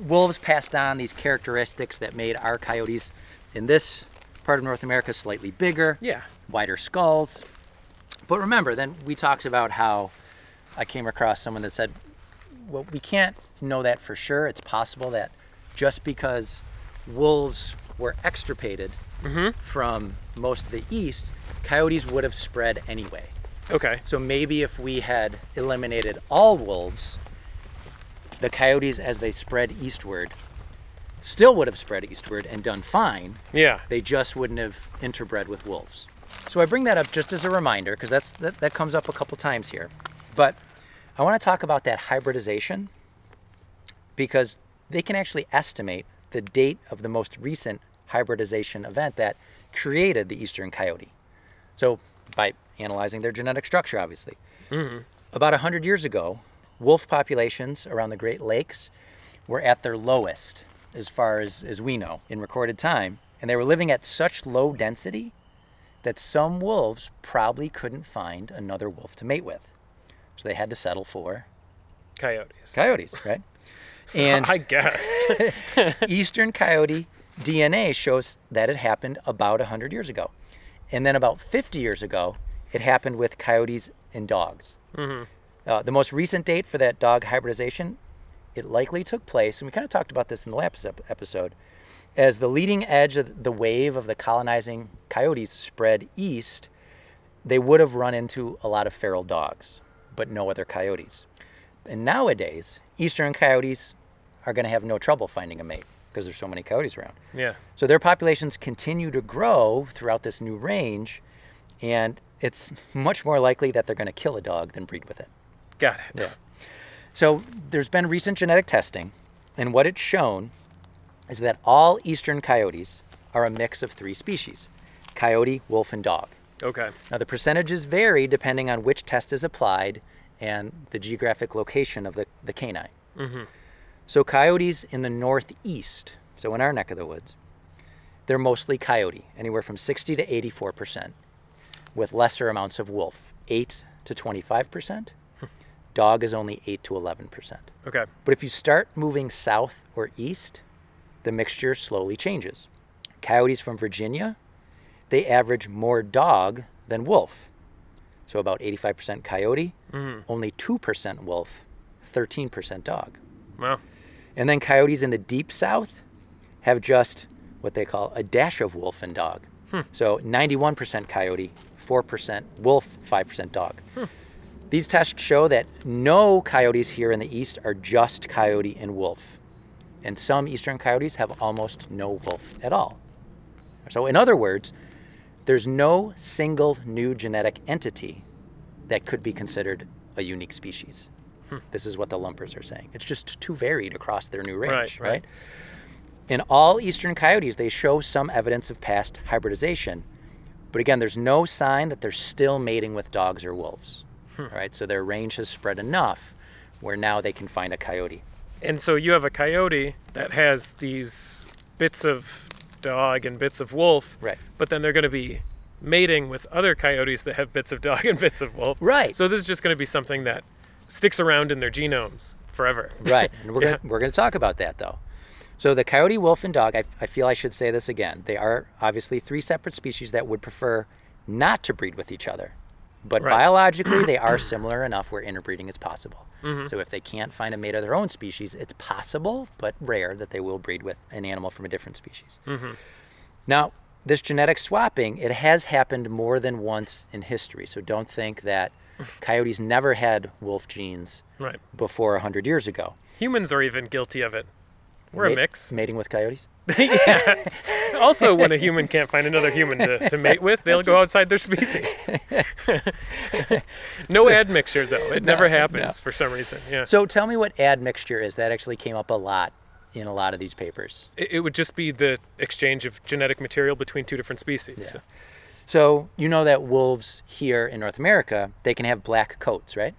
wolves passed on these characteristics that made our coyotes in this part of North America slightly bigger,
Yeah.
wider skulls. But remember, then we talked about how I came across someone that said, "Well, we can't know that for sure. It's possible that just because wolves were extirpated from most of the east, coyotes would have spread anyway."
Okay.
So maybe if we had eliminated all wolves, the coyotes, as they spread eastward, still would have spread eastward and done fine.
Yeah.
They just wouldn't have interbred with wolves. So I bring that up just as a reminder because that's that, that comes up a couple times here. But I want to talk about that hybridization because they can actually estimate the date of the most recent hybridization event that created the eastern coyote. So, by analyzing their genetic structure, obviously. About 100 years ago, wolf populations around the Great Lakes were at their lowest, as far as, as we know, in recorded time. And they were living at such low density that some wolves probably couldn't find another wolf to mate with. So they had to settle for
Coyotes.
coyotes, right? And
I guess.
Eastern coyote DNA shows that it happened about 100 years ago. And then about 50 years ago, it happened with coyotes and dogs. Uh, the most recent date for that dog hybridization, it likely took place, and we kind of talked about this in the last ep- episode, as the leading edge of the wave of the colonizing coyotes spread east, they would have run into a lot of feral dogs, but no other coyotes. And nowadays, eastern coyotes are going to have no trouble finding a mate because there's so many coyotes around.
yeah.
So their populations continue to grow throughout this new range, and it's much more likely that they're going to kill a dog than breed with it.
Got it.
Yeah. So there's been recent genetic testing, and what it's shown is that all eastern coyotes are a mix of three species coyote, wolf, and dog.
Okay.
Now, the percentages vary depending on which test is applied and the geographic location of the, the canine. So, coyotes in the northeast, so in our neck of the woods, they're mostly coyote, anywhere from 60 to 84%, with lesser amounts of wolf, 8 to 25%. Dog is only 8 to 11%.
Okay.
But if you start moving south or east, the mixture slowly changes. Coyotes from Virginia, they average more dog than wolf. So about 85% coyote, only 2% wolf, 13% dog.
Well.
And then coyotes in the deep south have just what they call a dash of wolf and dog. So 91% coyote, 4% wolf, 5% dog. These tests show that no coyotes here in the east are just coyote and wolf. And some eastern coyotes have almost no wolf at all. So, in other words, there's no single new genetic entity that could be considered a unique species.
Hmm.
This is what the lumpers are saying. It's just too varied across their new range,
Right, right.
right? In all eastern coyotes, they show some evidence of past hybridization, but again, there's no sign that they're still mating with dogs or wolves. All
Hmm.
right, so their range has spread enough where now they can find a coyote.
And so you have a coyote that has these bits of dog and bits of wolf.
Right.
But then they're going to be mating with other coyotes that have bits of dog and bits of wolf.
Right.
So this is just going to be something that sticks around in their genomes forever.
Right. And we're gonna, we're going to talk about that though. So the coyote, wolf, and dog. I, I feel I should say this again. They are obviously three separate species that would prefer not to breed with each other. But
Right.
biologically, they are similar enough where interbreeding is possible. So if they can't find a mate of their own species, it's possible, but rare, that they will breed with an animal from a different species. Now, this genetic swapping, it has happened more than once in history. So don't think that coyotes never had wolf genes
Right.
before 100 years ago.
Humans are even guilty of it. We're a
Ma-
mix.
Mating with coyotes?
yeah. Also, when a human can't find another human to, to mate with, they'll go outside their species. no admixture, though. It never happens for some reason. Yeah.
So tell me what admixture is. That actually came up a lot in a lot of these papers.
It, it would just be the exchange of genetic material between two different species.
Yeah. So you know that wolves here in North America, they can have black coats, right?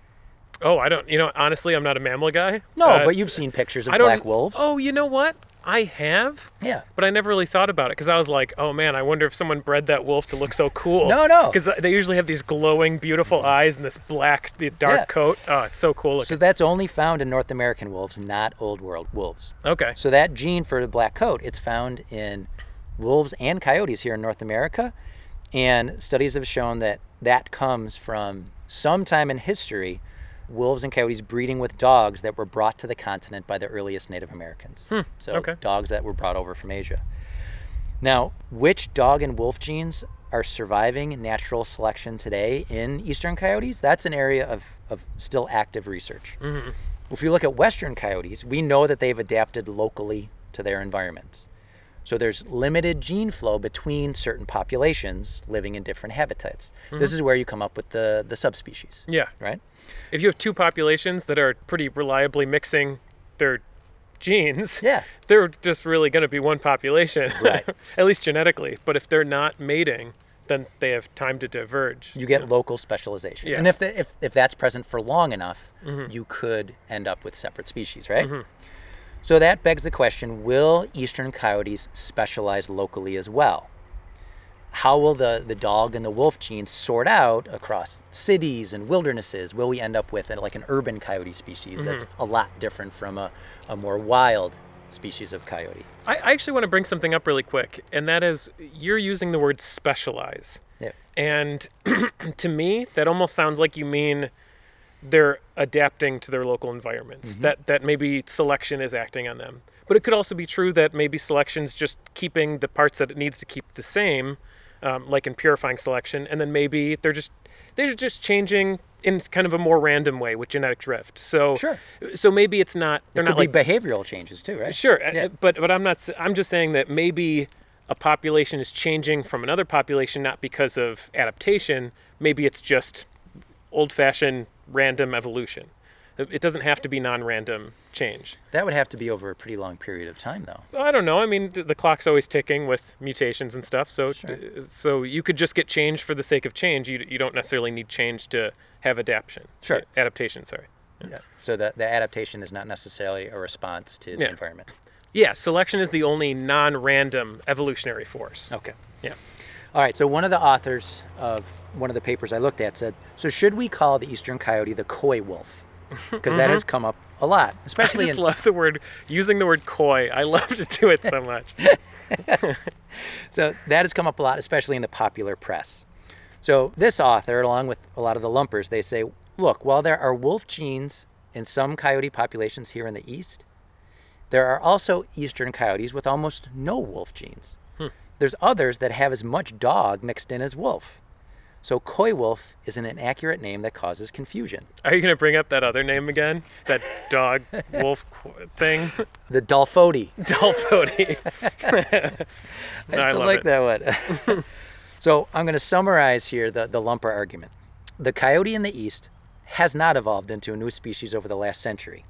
Oh, I don't. You know, honestly, I'm not a mammal guy.
No,
Uh,
but you've seen pictures of
I don't,
black wolves.
Oh, you know what? I have.
Yeah.
But I never really thought about it because I was like, oh man, I wonder if someone bred that wolf to look so cool.
No, no.
Because they usually have these glowing, beautiful eyes and this black, d- dark
Yeah.
coat. Oh, it's so cool
So
looking.
that's only found in North American wolves, not old world wolves.
okay.
So that gene for the black coat, it's found in wolves and coyotes here in North America, and studies have shown that that comes from sometime in history, wolves and coyotes breeding with dogs that were brought to the continent by the earliest Native Americans. so
okay.
dogs that were brought over from Asia. Now, which dog and wolf genes are surviving natural selection today in eastern coyotes? That's an area of, of still active research. If you look at western coyotes, we know that they've adapted locally to their environments. So there's limited gene flow between certain populations living in different habitats. This is where you come up with the, the subspecies,
Yeah.
right?
If you have two populations that are pretty reliably mixing their genes,
Yeah.
they're just really going to be one population,
Right.
at least genetically. But if they're not mating, then they have time to diverge.
You get local specialization.
Yeah. Mm-hmm.
And if, the, if, if that's present for long enough, you could end up with separate species, right? So that begs the question will eastern coyotes specialize locally as well? How will the, the dog and the wolf genes sort out across cities and wildernesses? Will we end up with an, like an urban coyote species that's
Mm-hmm.
a lot different from a, a more wild species of coyote?
I, I actually want to bring something up really quick, and that is you're using the word specialize.
Yeah.
And to me, that almost sounds like you mean they're adapting to their local environments.
Mm-hmm.
That that maybe selection is acting on them. But it could also be true that maybe selection's just keeping the parts that it needs to keep the same, um, like in purifying selection, and then maybe they're just they're just changing in kind of a more random way with genetic drift. So
Sure.
so maybe it's not they're
Could
not like
be behavioral changes too, right?
Sure, uh,
Yeah.
uh, but but I'm not. s- I'm just saying that maybe a population is changing from another population not because of adaptation. Maybe it's just old-fashioned random evolution. It it doesn't have to be non-random change.
That would have to be over a pretty long period of time, though.
I don't know. I mean, th- the clock's always ticking with mutations and stuff. So
Sure.
d- so you could just get change for the sake of change. You you don't necessarily need change to have adaptation.
Sure.
Adaptation. Sorry.
Yeah. So the, the adaptation is not necessarily a response to the
Yeah.
environment.
Yeah, selection is the only non-random evolutionary force.
Okay.
Yeah.
All right. So one of the authors of one of the papers I looked at said, so should we call the eastern coyote the coy wolf? Because that has come up a lot,
Mm-hmm. I
especially
just
in,
love the word using the word coy. I love to do it so much.
so that has come up a lot, especially in the popular press. So this author, along with a lot of the lumpers, they say, look, while there are wolf genes in some coyote populations here in the east, there are also eastern coyotes with almost no wolf genes. There's others that have as much dog mixed in as wolf. So coy wolf is an inaccurate name that causes confusion.
Are you gonna bring up that other name again? That dog wolf qu- thing,
The Dalfodi.
Dolphody.
I
I
still
love
like
it.
that one. so I'm going to summarize here the, the lumper argument. The coyote in the East has not evolved into a new species over the last century.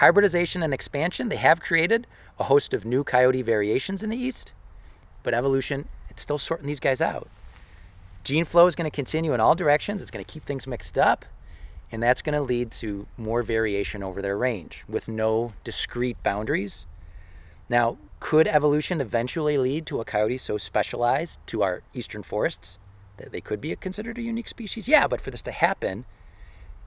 Hybridization and expansion, they have created a host of new coyote variations in the East, but evolution, it's still sorting these guys out. Gene flow is going to continue in all directions, it's going to keep things mixed up, and that's going to lead to more variation over their range with no discrete boundaries. Now, could evolution eventually lead to a coyote so specialized to our eastern forests that they could be considered a unique species? Yeah, but for this to happen,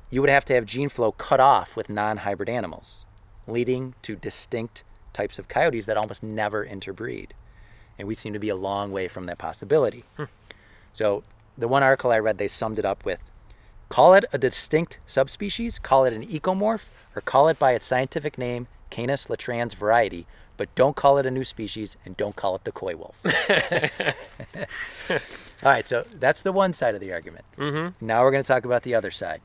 you would have to have gene flow cut off with non hybrid animals, leading to distinct types of coyotes that almost never interbreed. And we seem to be a long way from that possibility. So the one article I read, they summed it up with call it a distinct subspecies, call it an ecomorph, or call it by its scientific name, Canis latrans variety, but don't call it a new species and don't call it the koi wolf. All right, so that's the one side of the argument. Mm-hmm. Now we're going to talk about the other side.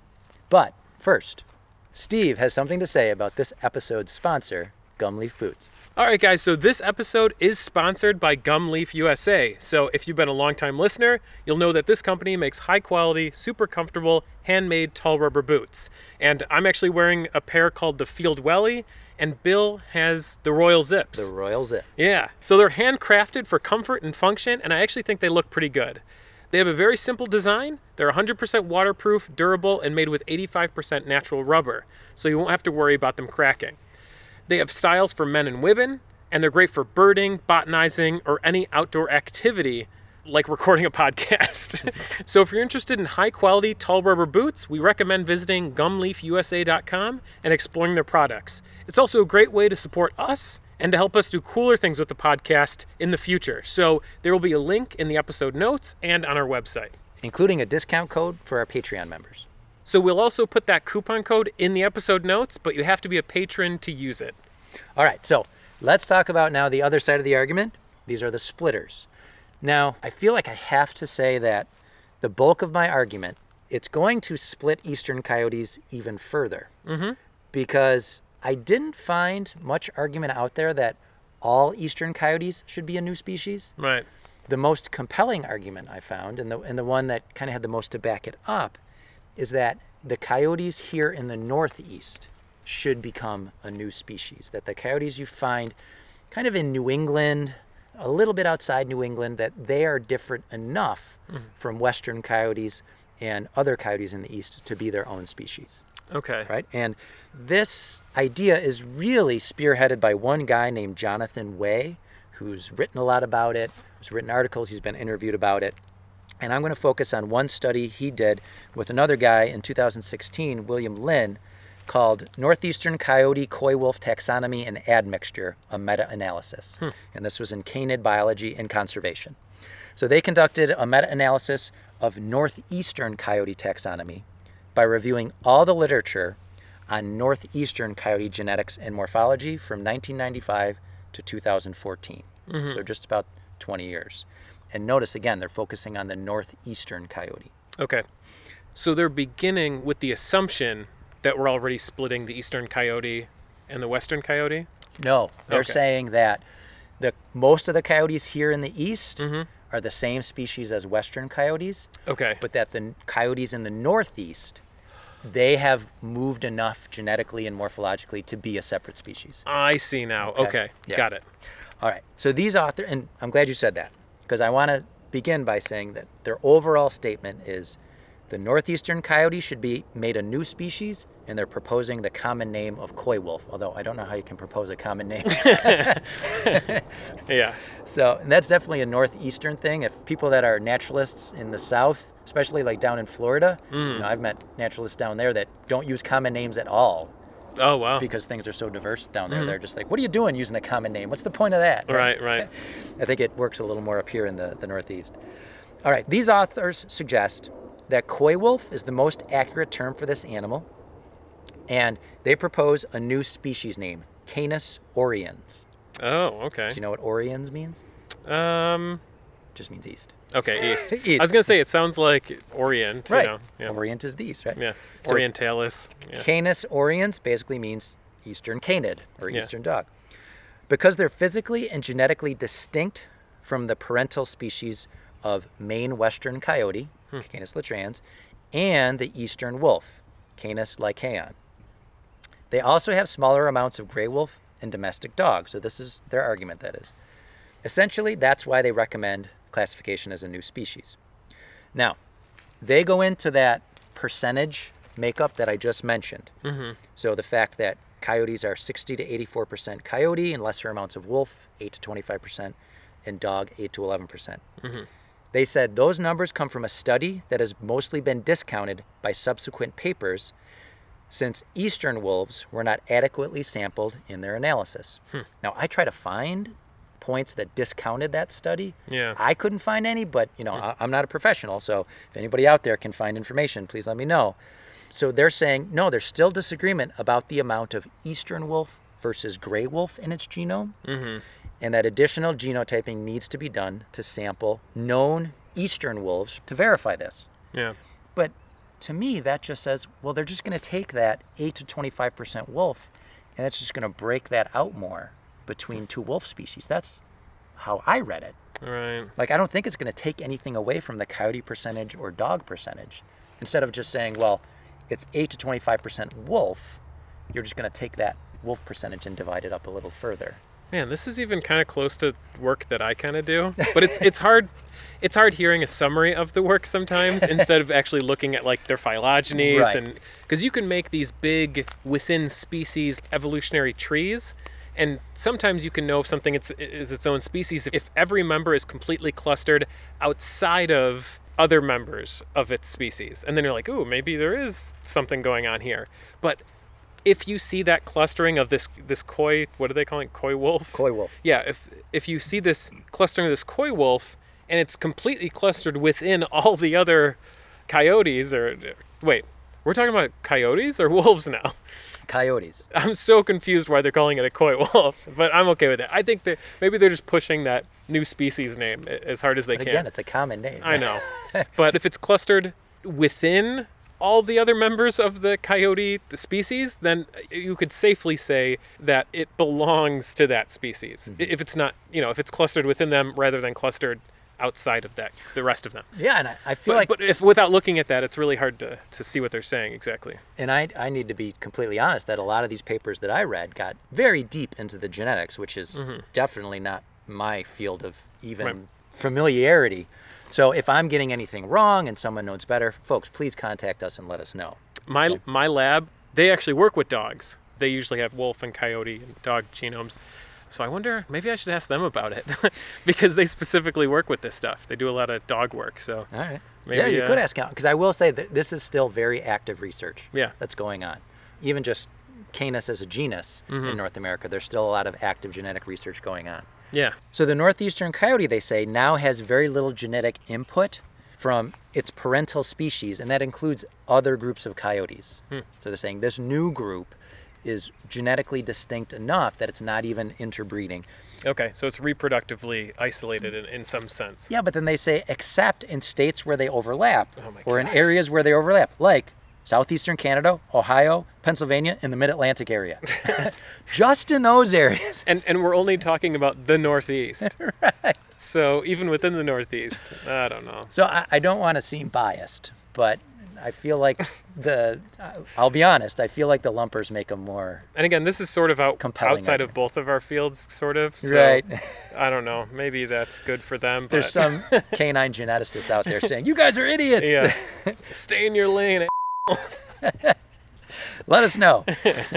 But first, Steve has something to say about this episode's sponsor, Gumleaf Boots.
All right, guys, so this episode is sponsored by Gumleaf USA. So if you've been a longtime listener, you'll know that this company makes high quality, super comfortable, handmade tall rubber boots. And I'm actually wearing a pair called the Field Welly, and Bill has the Royal Zips.
The Royal Zip.
Yeah. So they're handcrafted for comfort and function, and I actually think they look pretty good. They have a very simple design. They're 100% waterproof, durable, and made with 85% natural rubber, so you won't have to worry about them cracking. They have styles for men and women, and they're great for birding, botanizing, or any outdoor activity like recording a podcast. so if you're interested in high quality tall rubber boots, we recommend visiting gumleafusa.com and exploring their products. It's also a great way to support us and to help us do cooler things with the podcast in the future. So there will be a link in the episode notes and on our website.
including a discount code for our Patreon members.
So we'll also put that coupon code in the episode notes, but you have to be a patron to use it.
All right, so let's talk about now the other side of the argument. These are the splitters. Now, I feel like I have to say that the bulk of my argument it's going to split eastern coyotes even further mm-hmm. because I didn't find much argument out there that all eastern coyotes should be a new species.
Right.
the most compelling argument I found, and the and the one that kind of had the most to back it up, is that the coyotes here in the Northeast should become a new species. That the coyotes you find, kind of in New England, a little bit outside New England, that they are different enough from Western coyotes and other coyotes in the East to be their own species
Okay.
right? And this idea is really spearheaded by one guy named Jonathan Way, who's written a lot about it, who's written articles, he's been interviewed about it. And I'm going to focus on one study he did with another guy in 2016, William Lynn, called Northeastern Coyote Coy Wolf Taxonomy and Admixture, a meta analysis. And this was in Canid Biology and Conservation. So they conducted a meta analysis of Northeastern coyote taxonomy by reviewing all the literature on Northeastern coyote genetics and morphology from 1995 to 2014. So just about 20 years. And notice again, they're focusing on the Northeastern coyote.
Okay. So they're beginning with the assumption that we're already splitting the eastern coyote and the western coyote.
No, they're
Okay.
saying that the most of the coyotes here in the east are the same species as Western coyotes.
Okay.
but that the coyotes in the northeast they have moved enough genetically and morphologically to be a separate species
I see now. Okay.
Yeah.
Got it.
all right so these author and i'm glad you said that because i want to begin by saying that their overall statement is the northeastern coyote should be made a new species and they're proposing the common name of coy wolf although i don't know how you can propose a common name
Yeah.
So and that's definitely a northeastern thing. If people that are naturalists in the South, especially like down in Florida,
Mm.
you know, I've met naturalists down there that don't use common names at all
Oh wow.
because things are so diverse down there. They're just like, "What are you doing using a common name? What's the point of that?"
Mm. Right, right.
I think it works a little more up here in the, the Northeast. All right, these authors suggest that coy wolf is the most accurate term for this animal, and they propose a new species name, Canis oriens.
Oh, okay.
Do you know what oriens means?
Um
just means east.
okay, east.
East.
I was going to say it sounds like orient, you
Right.
know. Yeah.
Orient is the east, right?
yeah.
So-
Orientalis. Yeah.
Canis oriens basically means eastern canid or
Yeah.
eastern dog. Because they're physically and genetically distinct from the parental species of Maine western coyote,
Hmm.
Canis latrans, and the eastern wolf, Canis lycaon. They also have smaller amounts of gray wolf and domestic dog. So this is their argument that is. Essentially, that's why they recommend classification as a new species. Now, they go into that percentage makeup that I just mentioned. Mm-hmm. So the fact that coyotes are 60 to 84% coyote and lesser amounts of wolf, 8 to 25%, and dog, 8 to 11%. percent They said those numbers come from a study that has mostly been discounted by subsequent papers since eastern wolves were not adequately sampled in their analysis. Now, I try to find points that discounted that study.
Yeah.
I couldn't find any, but you know, I, I'm not a professional, so if anybody out there can find information, please let me know. So they're saying no, there's still disagreement about the amount of eastern wolf versus gray wolf in its genome, and that additional genotyping needs to be done to sample known eastern wolves to verify this.
Yeah.
But to me, that just says, well, they're just going to take that 8 to 25% wolf, and that's just going to break that out more between two wolf species. That's how I read it.
Right.
Like, I don't think it's going to take anything away from the coyote percentage or dog percentage. Instead of just saying, well, it's 8 to 25% wolf, you're just going to take that wolf percentage and divide it up a little further.
Man, this is even kind of close to work that I kind of do, but it's it's hard. It's hard hearing a summary of the work sometimes instead of actually looking at like their phylogenies
Right.
and because you can make these big within species evolutionary trees, and sometimes you can know if something it's, is its own species if every member is completely clustered outside of other members of its species, and then you're like, ooh, maybe there is something going on here, but. If you see that clustering of this this koi, what are they calling it? Koi wolf?
Koi wolf.
yeah if if you see this clustering of this koi wolf and it's completely clustered within all the other coyotes or wait we're talking about coyotes or wolves now
Coyotes.
i'm so confused why they're calling it a koi wolf but i'm okay with it i think that maybe they're just pushing that new species name a- as hard as they
But
can
again, it's a common name.
i know but if it's clustered within all the other members of the coyote species then you could safely say that it belongs to that species I- if it's not you know if it's clustered within them rather than clustered outside of that the rest of them
Yeah, and I, I feel
but,
like.
but if without looking at that it's really hard to, to see what they're saying exactly
and I, I need to be completely honest that a lot of these papers that I read got very deep into the genetics, which is definitely not my field of even
Mm-hmm. Right.
familiarity. So if I'm getting anything wrong and someone knows better, folks, please contact us and let us know.
my my lab they actually work with dogs they usually have wolf and coyote and dog genomes so i wonder maybe i should ask them about it because they specifically work with this stuff they do a lot of dog work so
All right. yeah,
Maybe,
you could
uh,
ask out because I will say that this is still very active research.
Yeah.
That's going on, even just Canis as a genus
Mm-hmm.
in North America. There's still a lot of active genetic research going on.
yeah
So the northeastern coyote, they say, now has very little genetic input from its parental species, and that includes other groups of coyotes.
Hmm.
So they're saying this new group is genetically distinct enough that it's not even interbreeding.
Okay, so it's reproductively isolated in, in some sense.
Yeah, but then they say except in states where they overlap
Oh my
or in
gosh.
areas where they overlap, like southeastern Canada, Ohio, Pennsylvania, and the mid Atlantic area. Just in those areas.
And and we're only talking about the Northeast. right. So even within the Northeast, I don't know.
So I, I don't want to seem biased, but I feel like the, I'll be honest, I feel like the lumpers make them more.
And again, this is sort of out
Compelling
outside of
argument.
both of our fields, sort of. So
Right.
I don't know. Maybe that's good for them.
There's
but
some canine geneticists out there saying, you guys are idiots.
yeah. Stay in your lane.
Let us know.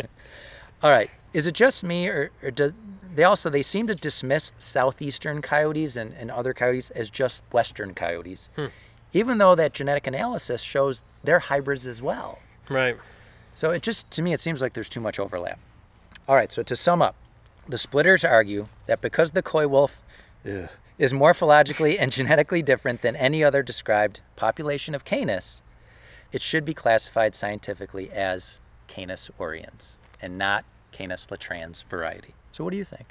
All right. Is it just me, or, or do they also they seem to dismiss southeastern coyotes and, and other coyotes as just western coyotes, even though that genetic analysis shows they're hybrids as well.
Right.
So it just, to me, it seems like there's too much overlap. All right, so to sum up, the splitters argue that because the coy wolf ugh, is morphologically and genetically different than any other described population of Canis, it should be classified scientifically as Canis oriens and not Canis latrans variety. So what do you think?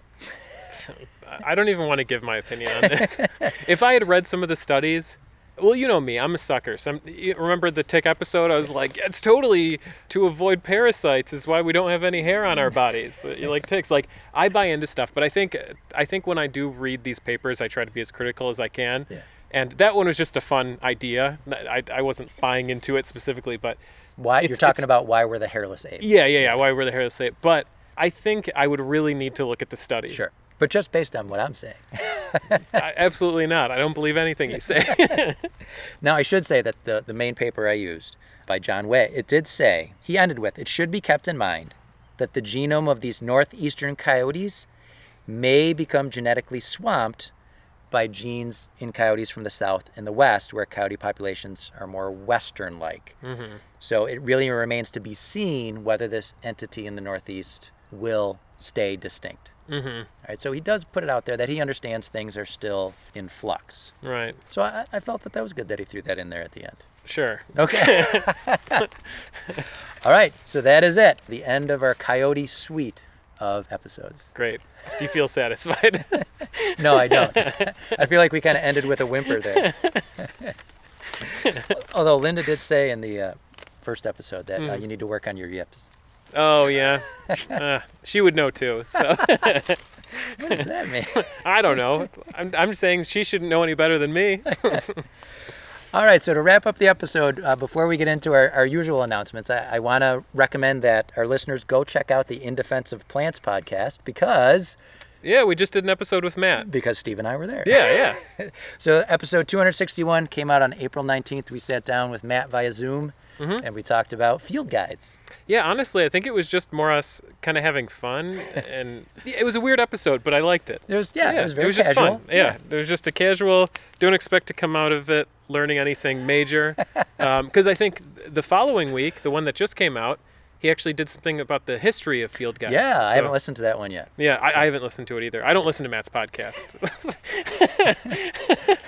I don't even want to give my opinion on this. if I had read some of the studies, well, you know me, I'm a sucker. Some you remember the tick episode? I was like, it's totally to avoid parasites is why we don't have any hair on our bodies. Uh, You like ticks. Like I buy into stuff, but I think I think when I do read these papers, I try to be as critical as I can.
Yeah.
And that one was just a fun idea. I, I wasn't buying into it specifically, but
Why you're
It's-
talking
it's-
about why we're the hairless ape?
yeah, yeah, yeah. Why were the hairless ape? But I think I would really need to look at the study.
Sure, but just based on what I'm saying.
I, absolutely not. I don't believe anything you say.
Now, I should say that the, the main paper I used by John Way, it did say, he ended with, it should be kept in mind that the genome of these northeastern coyotes may become genetically swamped by genes in coyotes from the south and the west, where coyote populations are more western like. So it really remains to be seen whether this entity in the northeast will stay distinct. Mm-hmm. right, so he does put it out there that he understands things are still in flux.
Right.
So I, I felt that that was good that he threw that in there at the end.
Sure.
Okay. All right. So that is it. The end of our Coyote suite of episodes.
Great. Do you feel satisfied?
No, I don't. I feel like we kind of ended with a whimper there. Although Linda did say in the uh, first episode that uh, you need to work on your yips.
oh yeah. Uh, she would know too. So
What does that mean?
I don't know. I'm I'm saying she shouldn't know any better than me.
All right, so to wrap up the episode, uh, before we get into our, our usual announcements, I, I want to recommend that our listeners go check out the In Defense of Plants podcast because
Yeah, we just did an episode with Matt.
because Steve and I were there.
Yeah, yeah.
So episode 261 came out on April 19th. We sat down with Matt via Zoom and we talked about field guides.
Yeah, honestly, I think it was just more us kind of having fun, and it was a weird episode, but I liked it.
It was yeah, it was very
just
casual.
fun. Yeah, it was just a casual. Don't expect to come out of it learning anything major, because I think the following week, the one that just came out, he actually did something about the history of field guides.
Yeah, I haven't
so-
listened to that one yet.
Yeah, I, I haven't listened to it either. I don't listen to Matt's podcast.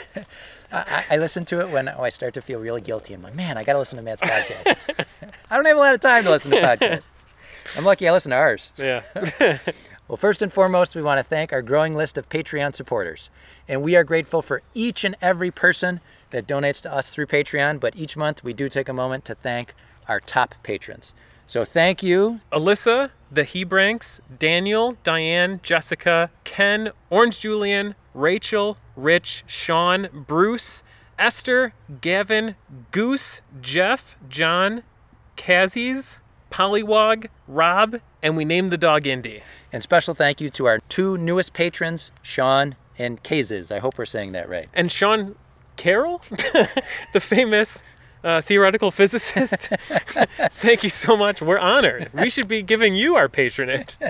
I, I listen to it when I start to feel really guilty. I'm like, man, I got to listen to Matt's podcast. I don't have a lot of time to listen to podcasts. I'm lucky I listen to ours.
yeah,
Well, first and foremost, we want to thank our growing list of Patreon supporters. And we are grateful for each and every person that donates to us through Patreon. But each month, we do take a moment to thank our top patrons. So thank you.
Alyssa, the Hebranks, Daniel, Diane, Jessica, Ken, Orange Julian, Rachel, Rich, Sean, Bruce, Esther, Gavin, Goose, Jeff, John, Kazies, Pollywog, Rob, and we named the dog Indy.
And special thank you to our two newest patrons, Sean and Kazes. I hope we're saying that right.
And Sean Carroll, the famous uh, theoretical physicist. Thank you so much. We're honored. We should be giving you our patronage.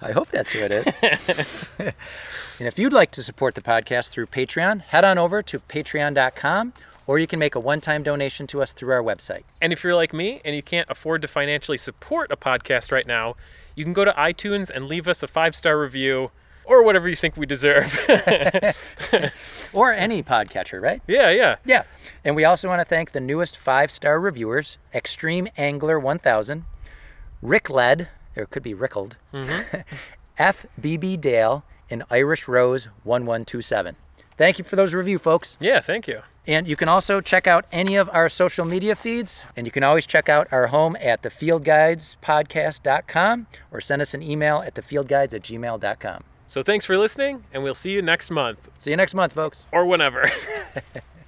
I hope that's who it is. and if you'd like to support the podcast through Patreon, head on over to patreon.com or you can make a one time donation to us through our website.
And if you're like me and you can't afford to financially support a podcast right now, you can go to iTunes and leave us a five star review or whatever you think we deserve.
Or any podcatcher, right?
yeah, yeah.
Yeah. And we also want to thank the newest five star reviewers Extreme Angler 1000, Rick Led, or it could be Rickled, FBB Dale, and Irish Rose 1127. Thank you for those review, folks.
Yeah, thank you.
And you can also check out any of our social media feeds. And you can always check out our home at thefieldguidespodcast.com or send us an email at thefieldguides at gmail.com.
So thanks for listening, and we'll see you next month
See you next month, folks.
or whenever.